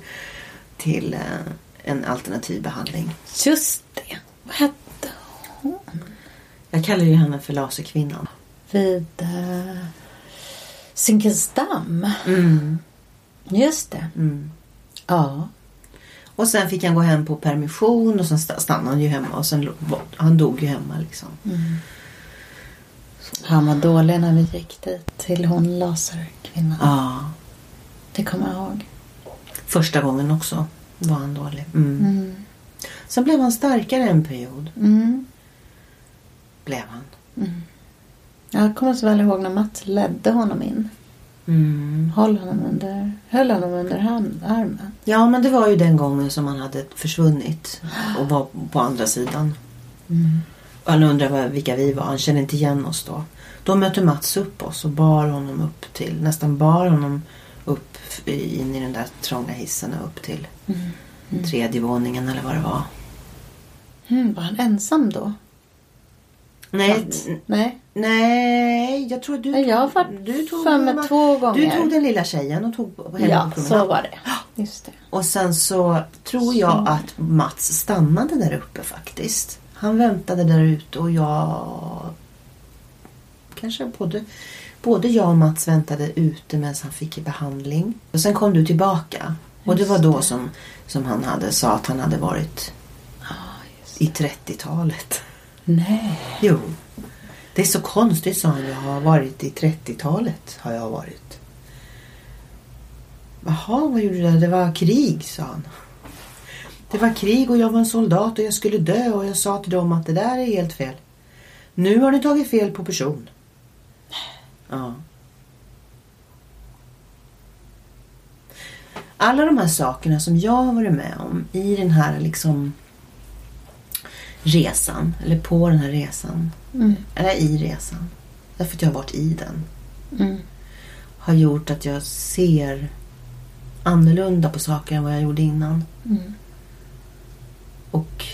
Speaker 2: till eh, en alternativ behandling.
Speaker 1: Just det. Vad hette
Speaker 2: Jag kallar ju henne för laserkvinnan.
Speaker 1: Vid eh, Zinkensdamm.
Speaker 2: Mm.
Speaker 1: Just det.
Speaker 2: Mm.
Speaker 1: Ja.
Speaker 2: Och sen fick han gå hem på permission och sen sta- stannade han ju hemma och sen lo- var- han dog ju hemma liksom.
Speaker 1: Mm. Han var dålig när vi gick dit till hon laserkvinnan.
Speaker 2: Ja,
Speaker 1: Det kommer jag ihåg.
Speaker 2: första gången också var han dålig. Mm.
Speaker 1: Mm.
Speaker 2: Sen blev han starkare en period.
Speaker 1: Mm.
Speaker 2: Blev han.
Speaker 1: Jag kommer så väl ihåg när Mats ledde honom in.
Speaker 2: Mm.
Speaker 1: Höll honom under, höll honom under hand, armen.
Speaker 2: Ja, men det var ju den gången som han hade försvunnit och var på andra sidan. Mm. Och Han undrade vad- vilka vi var. Han kände inte igen oss då. Då mötte Mats upp oss och bar honom upp till, nästan bar honom upp i- in i den där trånga hissen och upp till tredje våningen eller vad det var.
Speaker 1: Mm, var han ensam då?
Speaker 2: Nej,
Speaker 1: Mats?
Speaker 2: n-
Speaker 1: Nej.
Speaker 2: nej, jag tror du
Speaker 1: Nej, jag har varit för mig
Speaker 2: mamma-
Speaker 1: två gånger.
Speaker 2: Du tog den lilla tjejen och tog på henne
Speaker 1: Ja,
Speaker 2: på
Speaker 1: så
Speaker 2: promenad.
Speaker 1: var det. Just det.
Speaker 2: Och sen så tror jag att Mats stannade där uppe faktiskt. Han väntade där ute och jag... Kanske både, både jag och Mats väntade ute medan han fick i behandling. Och sen kom du tillbaka. Och det var då som, som han hade, sa att han hade varit i 30-talet.
Speaker 1: Nej.
Speaker 2: Jo. Det är så konstigt sa han. Jag har varit i 30-talet. Har jag varit. Jaha, vad gjorde du där? Det var krig, sa han. Det var krig och jag var en soldat och jag skulle dö och jag sa till dem att det där är helt fel. Nu har ni tagit fel på person. Ja. Alla de här sakerna som jag har varit med om i den här liksom resan, eller på den här resan,
Speaker 1: Mm.
Speaker 2: eller i resan, därför att jag har varit i den,
Speaker 1: Mm.
Speaker 2: har gjort att jag ser annorlunda på saker än vad jag gjorde innan.
Speaker 1: Mm.
Speaker 2: Och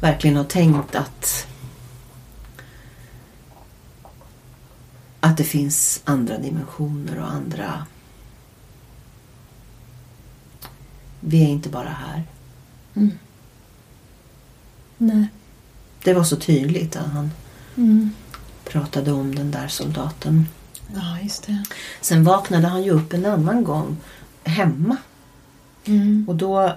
Speaker 2: verkligen har tänkt att att det finns andra dimensioner och andra... Vi är inte bara här.
Speaker 1: Nej.
Speaker 2: Det var så tydligt när han
Speaker 1: Mm.
Speaker 2: pratade om den där soldaten.
Speaker 1: Ja, just det.
Speaker 2: Sen vaknade han ju upp en annan gång hemma.
Speaker 1: Mm.
Speaker 2: Och då,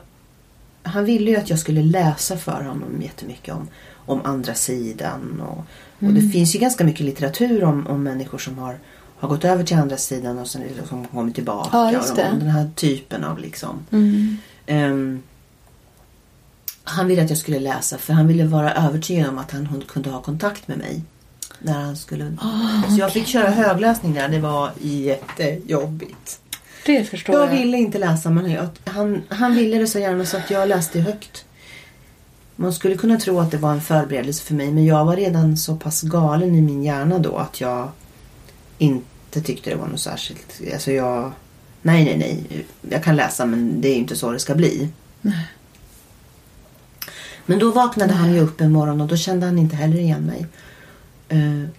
Speaker 2: han ville ju att jag skulle läsa för honom jättemycket om, om andra sidan. Och, och
Speaker 1: Mm.
Speaker 2: det finns ju ganska mycket litteratur om, om människor som har, har gått över till andra sidan och sen liksom kommit tillbaka.
Speaker 1: Ja, just
Speaker 2: och
Speaker 1: det.
Speaker 2: Om den här typen av liksom.
Speaker 1: Mm.
Speaker 2: Ehm, han ville att jag skulle läsa för han ville vara övertygad om att han kunde ha kontakt med mig. När han skulle...
Speaker 1: Ah,
Speaker 2: Så jag fick köra högläsning där. Det var jättejobbigt.
Speaker 1: Det förstår
Speaker 2: Jag
Speaker 1: jag.
Speaker 2: ville inte läsa men jag, han, han ville det så gärna så att jag läste högt. Man skulle kunna tro att det var en förberedelse för mig men jag var redan så pass galen i min hjärna då att jag inte tyckte det var något särskilt. Alltså jag... Nej, nej, nej. Jag kan läsa men det är ju inte så det ska bli.
Speaker 1: Nej.
Speaker 2: Men då vaknade han ju upp en morgon och då kände han inte heller igen mig. Eh,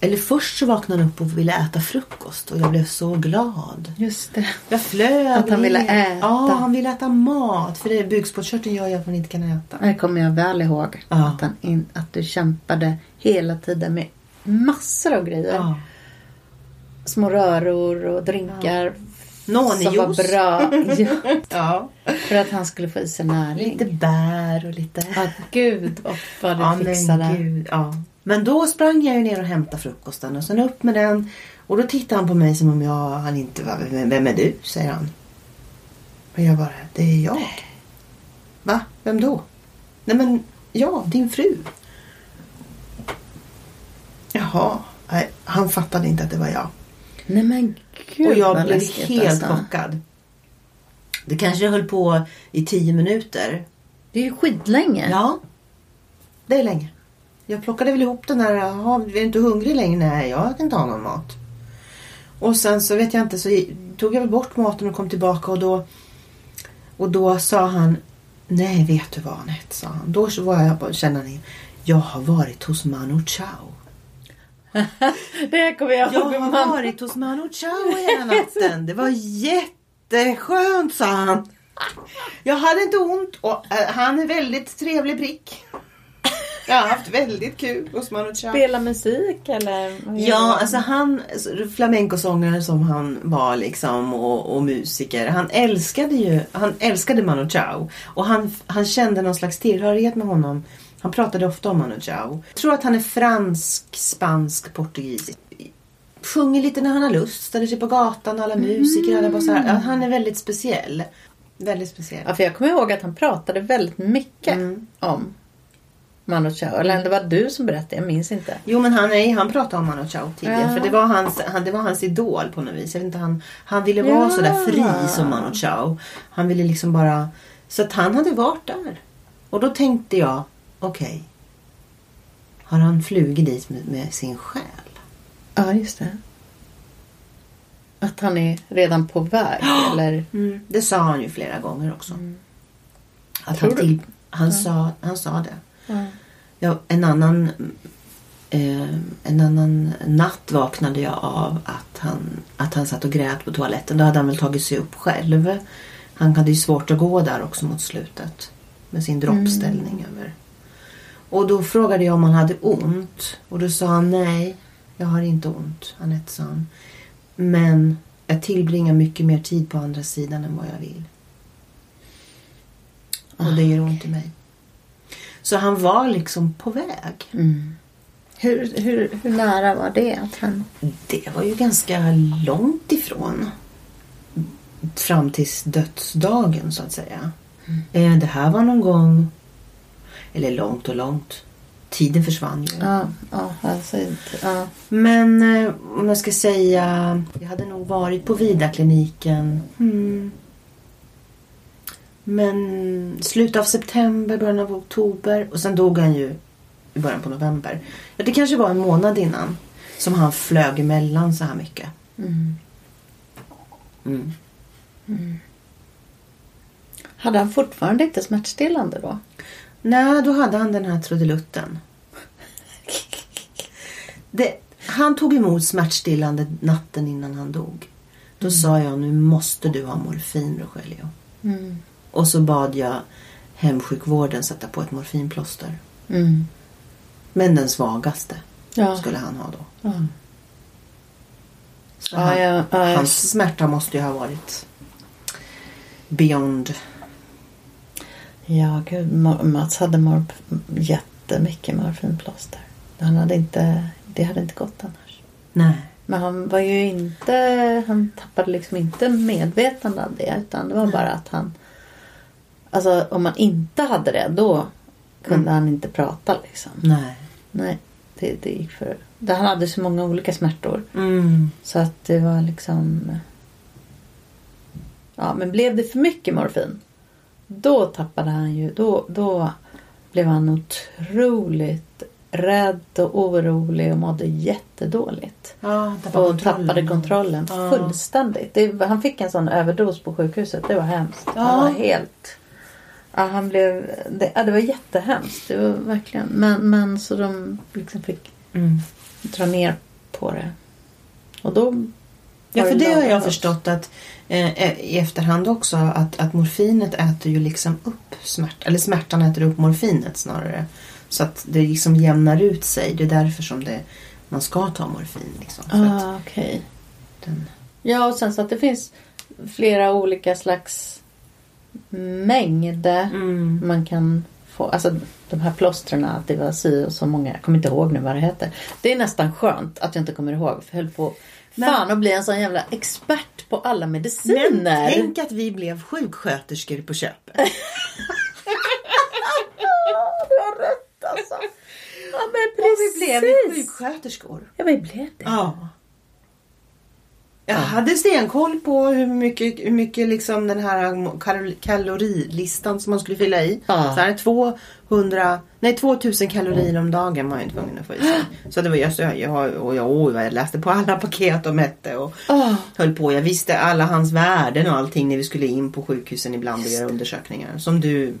Speaker 2: eller först så vaknade han upp och ville äta frukost och jag blev så glad.
Speaker 1: Just det.
Speaker 2: Jag flög.
Speaker 1: Att han ville
Speaker 2: in.
Speaker 1: äta.
Speaker 2: Ja, han ville äta mat. För det bukspottkörteln gör ju att man inte kan äta.
Speaker 1: Det kommer jag väl ihåg.
Speaker 2: Ja.
Speaker 1: Att, han in, att du kämpade hela tiden med massor av grejer.
Speaker 2: Ja.
Speaker 1: Små röror och drinkar. Som var
Speaker 2: Nånejuice.
Speaker 1: bra. Ja,
Speaker 2: Ja.
Speaker 1: för att han skulle få i sig näring.
Speaker 2: Lite bär och lite...
Speaker 1: Ja, gud vad- vad du
Speaker 2: Ja,
Speaker 1: fixade.
Speaker 2: men gud. Ja. Men då sprang jag ju ner och hämtade frukosten och sen upp med den. Och då tittade han på mig som om jag, han inte var... Vem, vem är du? säger han. Men jag bara, det är jag. Va? Vem då? Nej men, ja, din fru. Jaha. Nej, han fattade inte att det var jag.
Speaker 1: Nej men gud
Speaker 2: och jag
Speaker 1: vad
Speaker 2: blev
Speaker 1: läskigt
Speaker 2: helt
Speaker 1: alltså.
Speaker 2: chockad. Det kanske höll på i tio minuter.
Speaker 1: Det är ju skitlänge.
Speaker 2: Ja, det är länge. Jag plockade väl ihop den där, jaha, vi är inte hungrig längre? Nej, jag kan inte ha någon mat. Och sen så vet jag inte, så i- tog jag väl bort maten och kom tillbaka och då, och då sa han, nej vet du vad Anette, sa han. Då så var jag, bara- kände han, jag har varit hos Manu Chao.
Speaker 1: Det här kommer jag
Speaker 2: Jag
Speaker 1: ihåg.
Speaker 2: har
Speaker 1: med mamma.
Speaker 2: varit hos Manu Chao hela natten. Det var jätteskönt, sa han. Jag hade inte ont och eh, han är väldigt trevlig prick. Jag har haft väldigt kul hos Manu Chao.
Speaker 4: Spela musik eller? vad gör
Speaker 2: Ja,
Speaker 4: du?
Speaker 2: alltså han, flamencosångare som han var liksom och, och musiker. Han älskade ju, han älskade Manu Chao. Och han, han kände någon slags tillhörighet med honom. Han pratade ofta om Manu Chao. Jag tror att han är fransk, spansk, portugisisk. Sjunger lite när han har lust, ställer sig på gatan, alla
Speaker 4: Mm.
Speaker 2: musiker, alla bara så här. Ja, Han är väldigt speciell. Väldigt speciell.
Speaker 1: Ja, för jag kommer ihåg att han pratade väldigt mycket
Speaker 2: Mm.
Speaker 1: om Manu Chao. Eller det var du som berättade, jag minns inte.
Speaker 2: Jo men han, nej, han pratade om Manu Chao tidigare.
Speaker 1: Ja.
Speaker 2: För det var, hans, han, det var hans idol på något vis. Jag vet inte, han, han ville vara
Speaker 1: Ja.
Speaker 2: sådär fri som Manu Chao. Han ville liksom bara... Så att han hade varit där. Och då tänkte jag, okej. har han flugit dit med, med sin själ?
Speaker 1: Ja, just det. Att han är redan på väg. eller...
Speaker 2: Det sa han ju flera gånger också. Att
Speaker 1: Mm. Tror
Speaker 2: han
Speaker 1: du?
Speaker 2: till, han, sa, han sa det. Ja, en annan eh, en annan natt vaknade jag av att han, att han satt och grät på toaletten. Då hade han väl tagit sig upp själv. Han hade ju svårt att gå där också mot slutet. Med sin droppställning över. Och då frågade jag om han hade ont. Och då sa han nej, jag har inte ont. Anette sa han. Men jag tillbringar mycket mer tid på andra sidan än vad jag vill. Och det gör ont i mig. Så han var liksom på väg.
Speaker 1: Mm. Hur, hur, hur nära var det? Att han...
Speaker 2: Det var ju ganska långt ifrån. Fram tills dödsdagen så att säga. Eh, Det här var någon gång... Eller långt och långt. Tiden försvann ju.
Speaker 1: Ja, ja, alltså inte... Ja.
Speaker 2: Men eh, om jag ska säga... Jag hade nog varit på Vidarkliniken. Mm. Men slutet av september, början av oktober. Och sen dog han ju i början på november. Ja, det kanske var en månad innan. Som han flög emellan så här mycket. Mm.
Speaker 1: Hade han fortfarande inte smärtstillande då?
Speaker 2: Nej, då hade han den här trudelutten. Det, han tog emot smärtstillande natten innan han dog. Då
Speaker 1: Mm.
Speaker 2: sa jag, nu måste du ha morfin Rogelio. Mm. Och så bad jag hemsjukvården sätta på ett morfinplåster.
Speaker 1: Mm.
Speaker 2: Men den svagaste
Speaker 1: Ja.
Speaker 2: skulle han ha då.
Speaker 1: Ja.
Speaker 2: Så
Speaker 1: Ja, ja, ja, jag-
Speaker 2: Hans smärta måste ju ha varit beyond.
Speaker 1: Ja, gud. Ma- Mats hade morf- jättemycket morfinplåster. Han hade inte, det hade inte gått annars.
Speaker 2: Nej.
Speaker 1: Men han var ju inte... Han tappade liksom inte medvetande av det. Utan det var
Speaker 2: Mm.
Speaker 1: bara att han... Alltså om man inte hade det då
Speaker 2: Mm.
Speaker 1: kunde han inte prata liksom.
Speaker 2: Nej.
Speaker 1: Nej, det, det gick för... Det, han hade så många olika smärtor.
Speaker 2: Mm.
Speaker 1: Så att det var liksom... Ja, men blev det för mycket morfin? Då tappade han ju... Då, då blev han otroligt rädd och orolig och mådde jättedåligt.
Speaker 2: Ja,
Speaker 1: Och tappade kontrollen
Speaker 2: Ja.
Speaker 1: fullständigt. Det, han fick en sån överdos på sjukhuset. Det var hemskt. Han
Speaker 2: Ja.
Speaker 1: var helt... Ja, han blev, det, ja, det var jättehemskt. Det var verkligen. Men, men så de liksom fick
Speaker 2: Mm.
Speaker 1: dra ner på det. Och då...
Speaker 2: Ja,
Speaker 1: var
Speaker 2: för det har jag
Speaker 1: lagrat.
Speaker 2: förstått att eh, i efterhand också att, att morfinet äter ju liksom upp smärtan, eller smärtan äter upp morfinet snarare. Så att det liksom jämnar ut sig. Det är därför som det, man ska ta morfin. Liksom, för att
Speaker 1: Ah, okej.
Speaker 2: den,
Speaker 1: Ja, och sen så att det finns flera olika slags mängd
Speaker 2: Mm.
Speaker 1: man kan få. Alltså de här plåstren, att det var si och så många. Jag kommer inte ihåg nu vad det heter. Det är nästan skönt att jag inte kommer ihåg. För jag höll på fan att bli en sån jävla expert på alla mediciner.
Speaker 2: Men tänk att vi blev sjuksköterskor på köpet.
Speaker 1: alltså. Ja, men
Speaker 2: Och vi blev
Speaker 1: precis.
Speaker 2: sjuksköterskor.
Speaker 1: Ja, vi blev det.
Speaker 2: Ja. Jag hade stenkoll på hur mycket, hur mycket liksom den här karol- kalorilistan som man skulle fylla i.
Speaker 1: Ja.
Speaker 2: Så här 200, nej 2000 kalorier om dagen var jag ju tvungen att få i sig. Så det var just, jag, jag, och jag, oj, vad jag läste på alla paket och mätte och
Speaker 1: Ah.
Speaker 2: höll på. Jag visste alla hans värden och allting när vi skulle in på sjukhusen ibland och göra undersökningar. Som du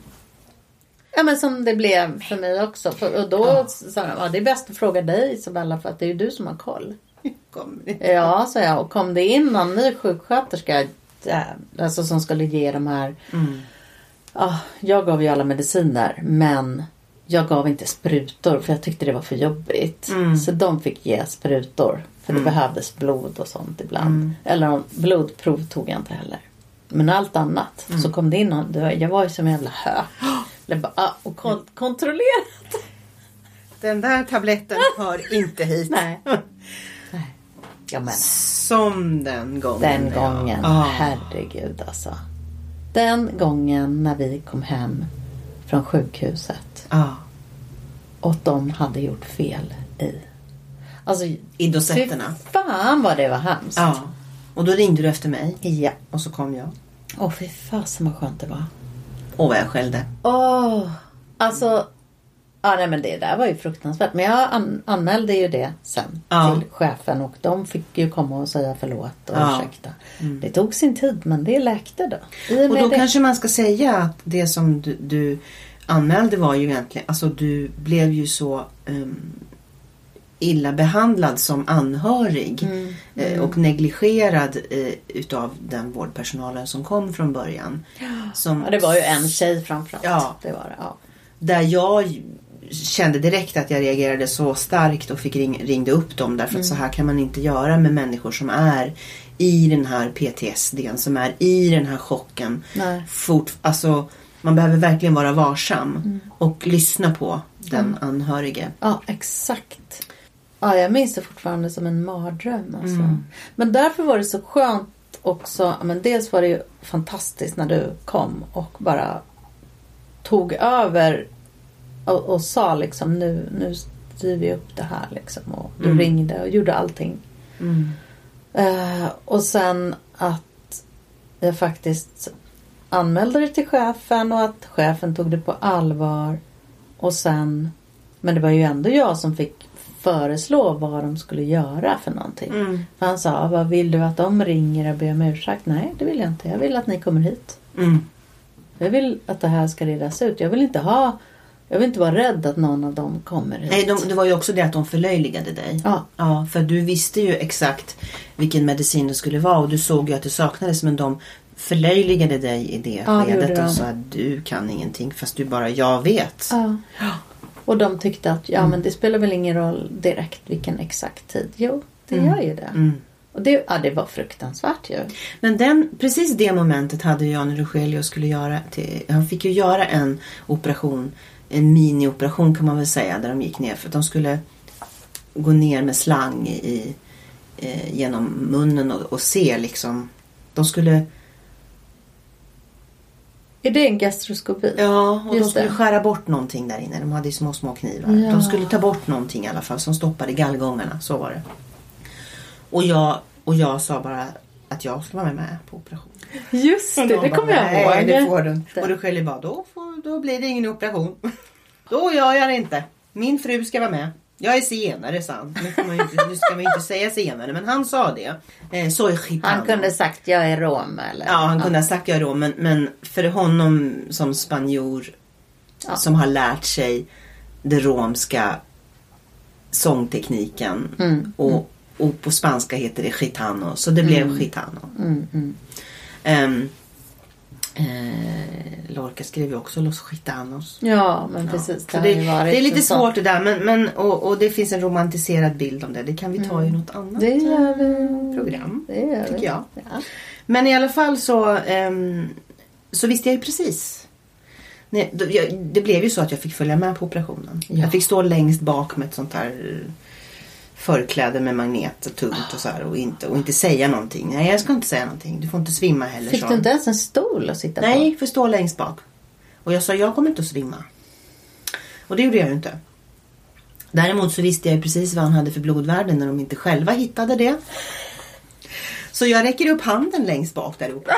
Speaker 1: Ja men som det blev för mig också. För, och då sa de, ja, det är bäst att fråga dig Isabella för att det är ju du som har koll.
Speaker 2: kommer
Speaker 1: Ja, sa jag. Och kom det in någon ny sjuksköterska jävlar, alltså, som skulle ge de här... Ja, jag gav ju alla mediciner men jag gav inte sprutor för jag tyckte det var för jobbigt. Så de fick ge sprutor. För det behövdes blod och sånt ibland. Eller om- blodprov tog jag inte heller. Men allt annat. Så kom det in någon. du, Jag var ju som en jävla hök. Eller bara, ah, Och kon- kontrollerat.
Speaker 2: Den där tabletten hör inte hit.
Speaker 1: Nej. Nej. Jag menar.
Speaker 2: Som den gången.
Speaker 1: Den
Speaker 2: ja.
Speaker 1: gången,
Speaker 2: Ah.
Speaker 1: herregud alltså. Den gången när vi kom hem från sjukhuset
Speaker 2: Ja.
Speaker 1: och de hade gjort fel i. Alltså,
Speaker 2: I dosetterna.
Speaker 1: fy fan vad det var hemskt.
Speaker 2: Typ. Ja. Och då ringde du efter mig.
Speaker 1: ja.
Speaker 2: Och så kom jag.
Speaker 1: Åh, fy fasen vad skönt det var.
Speaker 2: Och vad jag skällde.
Speaker 1: Åh, alltså. Ja, nej men det där var ju fruktansvärt. Men jag an- anmälde ju det sen
Speaker 2: Ja.
Speaker 1: till chefen och de fick ju komma och säga förlåt och
Speaker 2: Ja. Mm.
Speaker 1: ursäkta. Det tog sin tid men det läkte då. I
Speaker 2: Och
Speaker 1: med
Speaker 2: då
Speaker 1: det-
Speaker 2: kanske man ska säga att det som du, du anmälde var ju egentligen, alltså du blev ju så ehm, illa behandlad som anhörig
Speaker 1: Mm.
Speaker 2: eh, och negligerad eh, utav den vårdpersonalen som kom från början. Som,
Speaker 1: Ja, det var ju en tjej framförallt.
Speaker 2: Ja.
Speaker 1: Det var det, ja.
Speaker 2: Där jag kände direkt att jag reagerade så starkt och fick ring, ringde upp dem därför att så här kan man inte göra med människor som är i den här PTSDn, som är i den här chocken.
Speaker 1: Nej.
Speaker 2: Fort, alltså, man behöver verkligen vara varsam och lyssna på den anhörige.
Speaker 1: ja, exakt. Ja, jag minns det fortfarande som en mardröm. Alltså. Men därför var det så skönt också. ja, Men dels var det ju fantastiskt när du kom och bara tog över och, och sa liksom nu, nu styr vi upp det här liksom. Och du ringde och gjorde allting. Eh, och sen att jag faktiskt anmälde det till chefen och att chefen tog det på allvar. Och sen, men det var ju ändå jag som fick föreslå vad de skulle göra för någonting.
Speaker 2: Mm.
Speaker 1: För han sa, vad vill du att de ringer och ber om ursäkt? Nej, det vill jag inte. Jag vill att ni kommer hit.
Speaker 2: Mm.
Speaker 1: Jag vill att det här ska redas ut. Jag vill inte ha, jag vill inte vara rädd att någon av dem kommer hit.
Speaker 2: Nej, de, det var ju också det att de förlöjligade dig.
Speaker 1: Ja.
Speaker 2: Ja, för du visste ju exakt vilken medicin det skulle vara och du såg ju att det saknades men de förlöjligade dig i det
Speaker 1: Ja, det
Speaker 2: skedet
Speaker 1: gjorde
Speaker 2: och
Speaker 1: de.
Speaker 2: sa att du kan ingenting fast du bara, jag vet.
Speaker 1: Ja. Och de tyckte att ja,
Speaker 2: Mm.
Speaker 1: men det spelar väl ingen roll direkt vilken exakt tid. Jo, det
Speaker 2: Mm.
Speaker 1: gör ju det. Och det, ja, det var fruktansvärt ju.
Speaker 2: Men den, precis det momentet hade Jan Rogelio skulle göra. Till, han fick ju göra en operation, en minioperation kan man väl säga, där de gick ner för att de skulle gå ner med slang i, eh, genom munnen och, och se liksom. De skulle,
Speaker 1: Är det en gastroskopi?
Speaker 2: ja, och de
Speaker 1: Just
Speaker 2: skulle
Speaker 1: det.
Speaker 2: skära bort någonting där inne. De hade ju små, små knivar.
Speaker 1: Ja.
Speaker 2: De skulle ta bort någonting i alla fall som stoppade gallgångarna. Så var det. Och jag, och jag sa bara att jag skulle vara med på operationen.
Speaker 1: Just det,
Speaker 2: Och de
Speaker 1: det
Speaker 2: bara,
Speaker 1: kommer jag
Speaker 2: Nej,
Speaker 1: ihåg.
Speaker 2: det får du inte.
Speaker 1: Det.
Speaker 2: Och du skäller bara, då, får, då blir det ingen operation. då gör jag det inte. Min fru ska vara med. Jag är zigenare sa han. Nu, får man ju inte, nu ska man ju inte säga zigenare, men han sa det. Eh, så är skittan.
Speaker 1: Han kunde sagt jag är rom eller?
Speaker 2: Ja, han kunde ha sagt jag då, men, men för honom som spanjor
Speaker 1: Ja.
Speaker 2: som har lärt sig den romska sångtekniken
Speaker 1: Mm.
Speaker 2: och, och på spanska heter det gitano, så det
Speaker 1: Mm.
Speaker 2: blev gitano. Ehm, eh, Lorca skrev ju också Los Gitanos.
Speaker 1: Ja, men precis.
Speaker 2: Så
Speaker 1: har
Speaker 2: det,
Speaker 1: ju varit
Speaker 2: det är lite
Speaker 1: en sån-
Speaker 2: svårt det där men, men, och, och det finns en romantiserad bild om det. Det kan vi ta i något annat
Speaker 1: Mm. Det gör vi.
Speaker 2: program.
Speaker 1: Det gör vi.
Speaker 2: Tycker jag.
Speaker 1: Ja.
Speaker 2: Men i alla fall så, ehm, så visste jag ju precis. Nej, då, jag, det blev ju så att jag fick följa med på operationen.
Speaker 1: Ja.
Speaker 2: Jag fick stå längst bak med ett sånt här eh, förkläde med magnet och tungt och så här och inte, och inte säga någonting. Nej, jag ska inte säga någonting. Du får inte svimma heller.
Speaker 1: Fick
Speaker 2: sa
Speaker 1: du
Speaker 2: de.
Speaker 1: inte ens en stol att sitta på?
Speaker 2: Nej, för stå längst bak. Och jag sa, jag kommer inte att svimma. Och det gjorde jag ju inte. Däremot så visste jag ju precis vad han hade för blodvärden när de inte själva hittade det. Så jag räcker upp handen längst bak där uppe.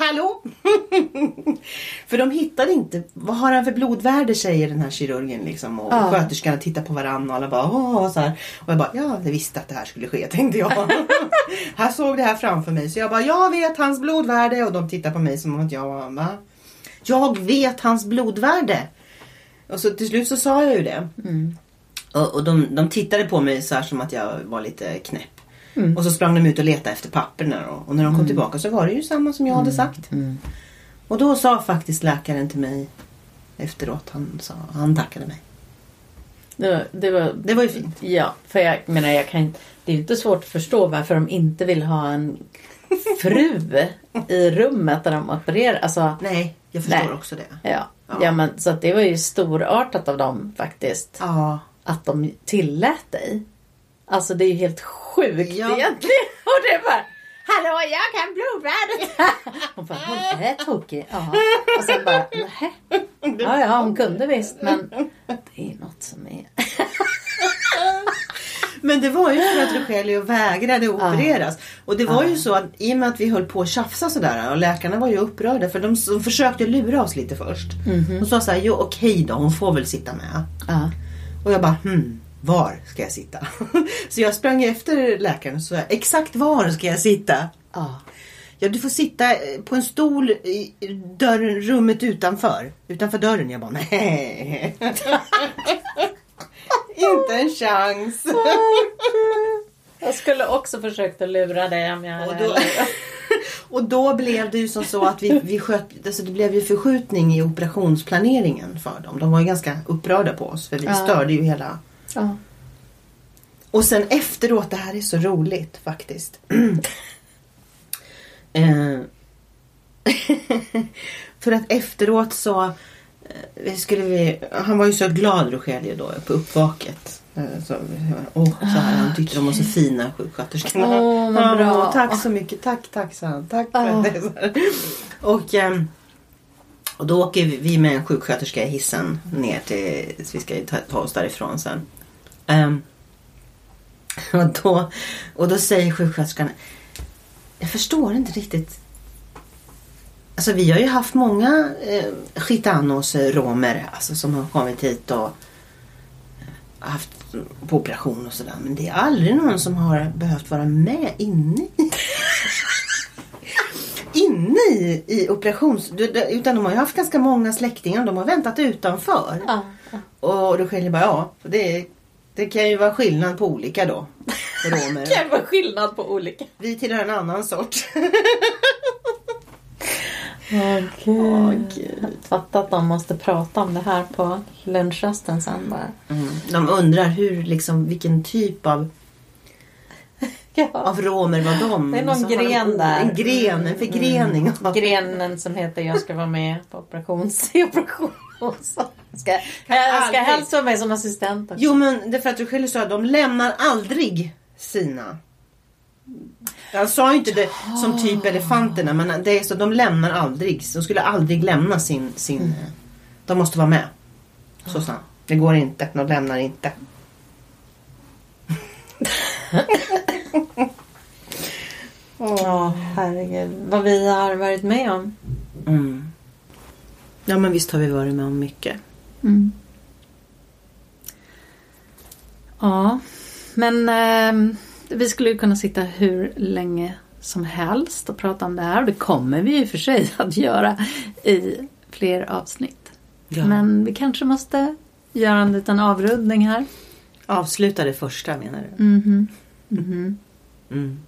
Speaker 2: Hallå! för de hittade inte, vad har han för blodvärde säger den här kirurgen liksom. Och
Speaker 1: Ja.
Speaker 2: sköterskan tittar på varandra och alla bara åh så här. Och jag bara ja, jag visste att det här skulle ske tänkte jag. här såg det här framför mig så jag bara jag vet hans blodvärde och de tittar på mig som att jag var va? Jag vet hans blodvärde. Och så till slut så sa jag ju det. Och, och de, de tittade på mig så här som att jag var lite knäpp. Och så sprang de ut och letade efter papperna då. Och när de kom tillbaka så var det ju samma som jag hade sagt.
Speaker 1: Mm.
Speaker 2: Och då sa faktiskt läkaren till mig efteråt, han, sa, han tackade mig.
Speaker 1: Det var, det var,
Speaker 2: Det var ju fint.
Speaker 1: ja, för jag menar, jag kan, inte- det är ju inte svårt att förstå varför de inte vill ha en fru i rummet där de opererar. Alltså,
Speaker 2: Nej, jag förstår
Speaker 1: Nej.
Speaker 2: också det.
Speaker 1: ja.
Speaker 2: Ja.
Speaker 1: Ja. men så att det var ju storartat av dem faktiskt.
Speaker 2: Ja.
Speaker 1: Att de tillät dig. Alltså det är ju helt sjukt
Speaker 2: Ja.
Speaker 1: egentligen. Och det är bara, hallå jag kan blodvärdet. Hon bara, hon är tokig. Ja. Och sen bara, nähä. Ja, ja, hon kunde visst men det är något som är...
Speaker 2: Men det var ju för att Rogelio vägrade att opereras. Och det var ju så att i och med att vi höll på att tjafsa sådär och läkarna var ju upprörda för de, s- de försökte lura oss lite först. De sa såhär, jo okej då hon får väl sitta med.
Speaker 1: Ja.
Speaker 2: Och jag bara, hmm, var ska jag sitta? så jag sprang efter läkaren och sa, exakt var ska jag sitta?
Speaker 1: Ja.
Speaker 2: Ja, du får sitta eh, på en stol i i dörren, rummet utanför. Utanför dörren. Jag bara, nej. Inte en chans.
Speaker 1: Jag skulle också försökt att lura dig om jag
Speaker 2: Och
Speaker 1: hade...
Speaker 2: då, och då blev det ju som så att vi, vi sköt, alltså det blev ju förskjutning i operationsplaneringen för dem. De var ju ganska upprörda på oss för vi störde ju hela.
Speaker 1: Ja.
Speaker 2: Och sen efteråt, det här är så roligt faktiskt. Eh, för att efteråt så eh, vi skulle vi, han var ju så glad Rogelio då på uppvaket. Eh, Så, åh, så här, han tyckte de var så fina sjuksköterskorna.
Speaker 1: Ah, Åh, vad
Speaker 2: Ja,
Speaker 1: bra.
Speaker 2: tack så mycket, tack, tack sa han. Tack för
Speaker 1: Åh.
Speaker 2: det. Så här. Och, ehm, och då åker vi- vi med en sjuksköterska i hissen ner till, så vi ska ju ta, ta oss därifrån sen. Ehm, och, då, och då säger sjuksköterskan, jag förstår inte riktigt. Alltså vi har ju haft många eh, gitanos, eh, romer, alltså som har kommit hit och eh, haft på operation och sådär. Men det är aldrig någon som har behövt vara med inne i inne i, i operations... du- du- Utan de har ju haft ganska många släktingar och de har väntat utanför.
Speaker 1: Ja.
Speaker 2: Och då skiljer bara, ja, det, det kan ju vara skillnad på olika då. Romer.
Speaker 1: Det var skillnad på olika.
Speaker 2: Vi tillhör en annan sort.
Speaker 1: Åh gud.
Speaker 2: Åh, gud.
Speaker 1: Jag fattar att de måste prata om det här på lunchrasten sen bara.
Speaker 2: Mm. De undrar hur, liksom, vilken typ av,
Speaker 1: Ja.
Speaker 2: av romer var de?
Speaker 1: Det är någon
Speaker 2: Och så har de
Speaker 1: gren
Speaker 2: ord-
Speaker 1: där. Mm.
Speaker 2: En gren, en förgrening.
Speaker 1: Grenen som heter jag ska vara med på operations... i operation. Ska, ska, jag ska
Speaker 2: aldrig.
Speaker 1: helst vara med som assistent också.
Speaker 2: Jo men det är för att Rogelio sa att de lämnar aldrig sina. Han sa ju inte det som typ elefanterna men det är så de lämnar aldrig. De skulle aldrig lämna sin... sin
Speaker 1: Mm.
Speaker 2: eh, De måste vara med. Så sa han. Det går inte. De lämnar inte.
Speaker 1: Ja, herregud. Vad vi har varit med om.
Speaker 2: Mm. Ja men visst har vi varit med om mycket.
Speaker 1: Ja, men ehm, vi skulle ju kunna sitta hur länge som helst och prata om det här. Och det kommer vi ju för sig att göra i fler avsnitt.
Speaker 2: Ja.
Speaker 1: Men vi kanske måste göra en liten avrundning här.
Speaker 2: Avsluta det första menar du?
Speaker 1: Mhm. Mhm.
Speaker 2: Mm.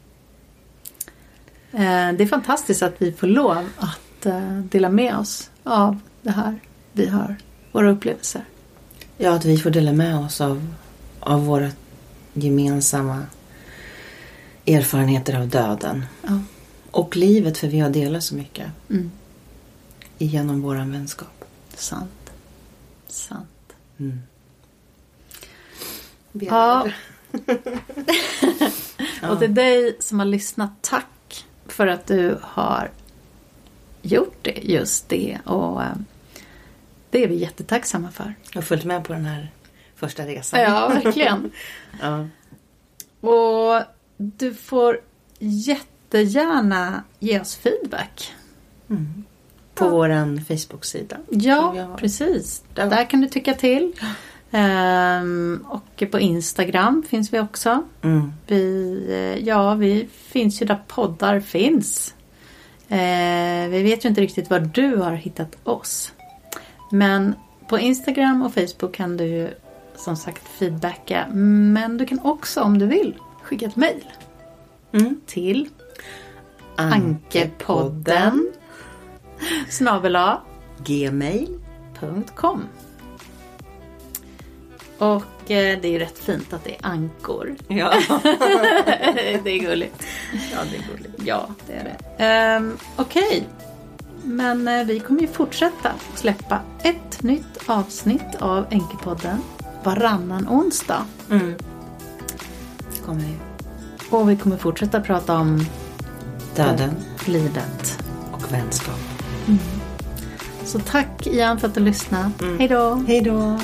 Speaker 1: Eh, det är fantastiskt att vi får lov att eh, dela med oss av det här vi har, våra upplevelser.
Speaker 2: Ja att vi får dela med oss av, av våra gemensamma erfarenheter av döden.
Speaker 1: Ja.
Speaker 2: Och livet, för vi har delat så mycket
Speaker 1: Mm.
Speaker 2: genom vår vänskap. Mm.
Speaker 1: Sant. Sant. Ja.
Speaker 2: Ja.
Speaker 1: Och till dig som har lyssnat, tack för att du har gjort det, just det. Och eh, det är vi jättetacksamma för.
Speaker 2: Jag har följt med på den här första resan.
Speaker 1: Ja, verkligen.
Speaker 2: Ja.
Speaker 1: Och du får jättegärna ge oss feedback.
Speaker 2: På våran Facebook-sida.
Speaker 1: Ja,
Speaker 2: vi har.
Speaker 1: precis.
Speaker 2: Där-
Speaker 1: Där kan du tycka till. Ehm, och på Instagram finns vi också.
Speaker 2: Mm.
Speaker 1: Vi, eh, ja, vi finns ju där poddar finns. Eh, vi vet ju inte riktigt var du har hittat oss. Men på Instagram och Facebook kan du ju som sagt feedbacka. Men du kan också om du vill skicka ett mejl
Speaker 2: Mm.
Speaker 1: till ankepodden snabela
Speaker 2: Gmail.
Speaker 1: www.ankor.com. Och eh, det är ju rätt fint att det är ankor.
Speaker 2: Ja.
Speaker 1: det är gulligt.
Speaker 2: ja, det är gulligt.
Speaker 1: Ja, det är det. Ehm, Okej, men eh, vi kommer ju fortsätta släppa ett nytt avsnitt av Enkepodden varannan onsdag.
Speaker 2: Mm. Kommer vi.
Speaker 1: Och vi kommer fortsätta prata om
Speaker 2: Döden
Speaker 1: livet.
Speaker 2: och vänskap.
Speaker 1: Så tack igen för att du lyssnade. Hej då!
Speaker 2: Hej då.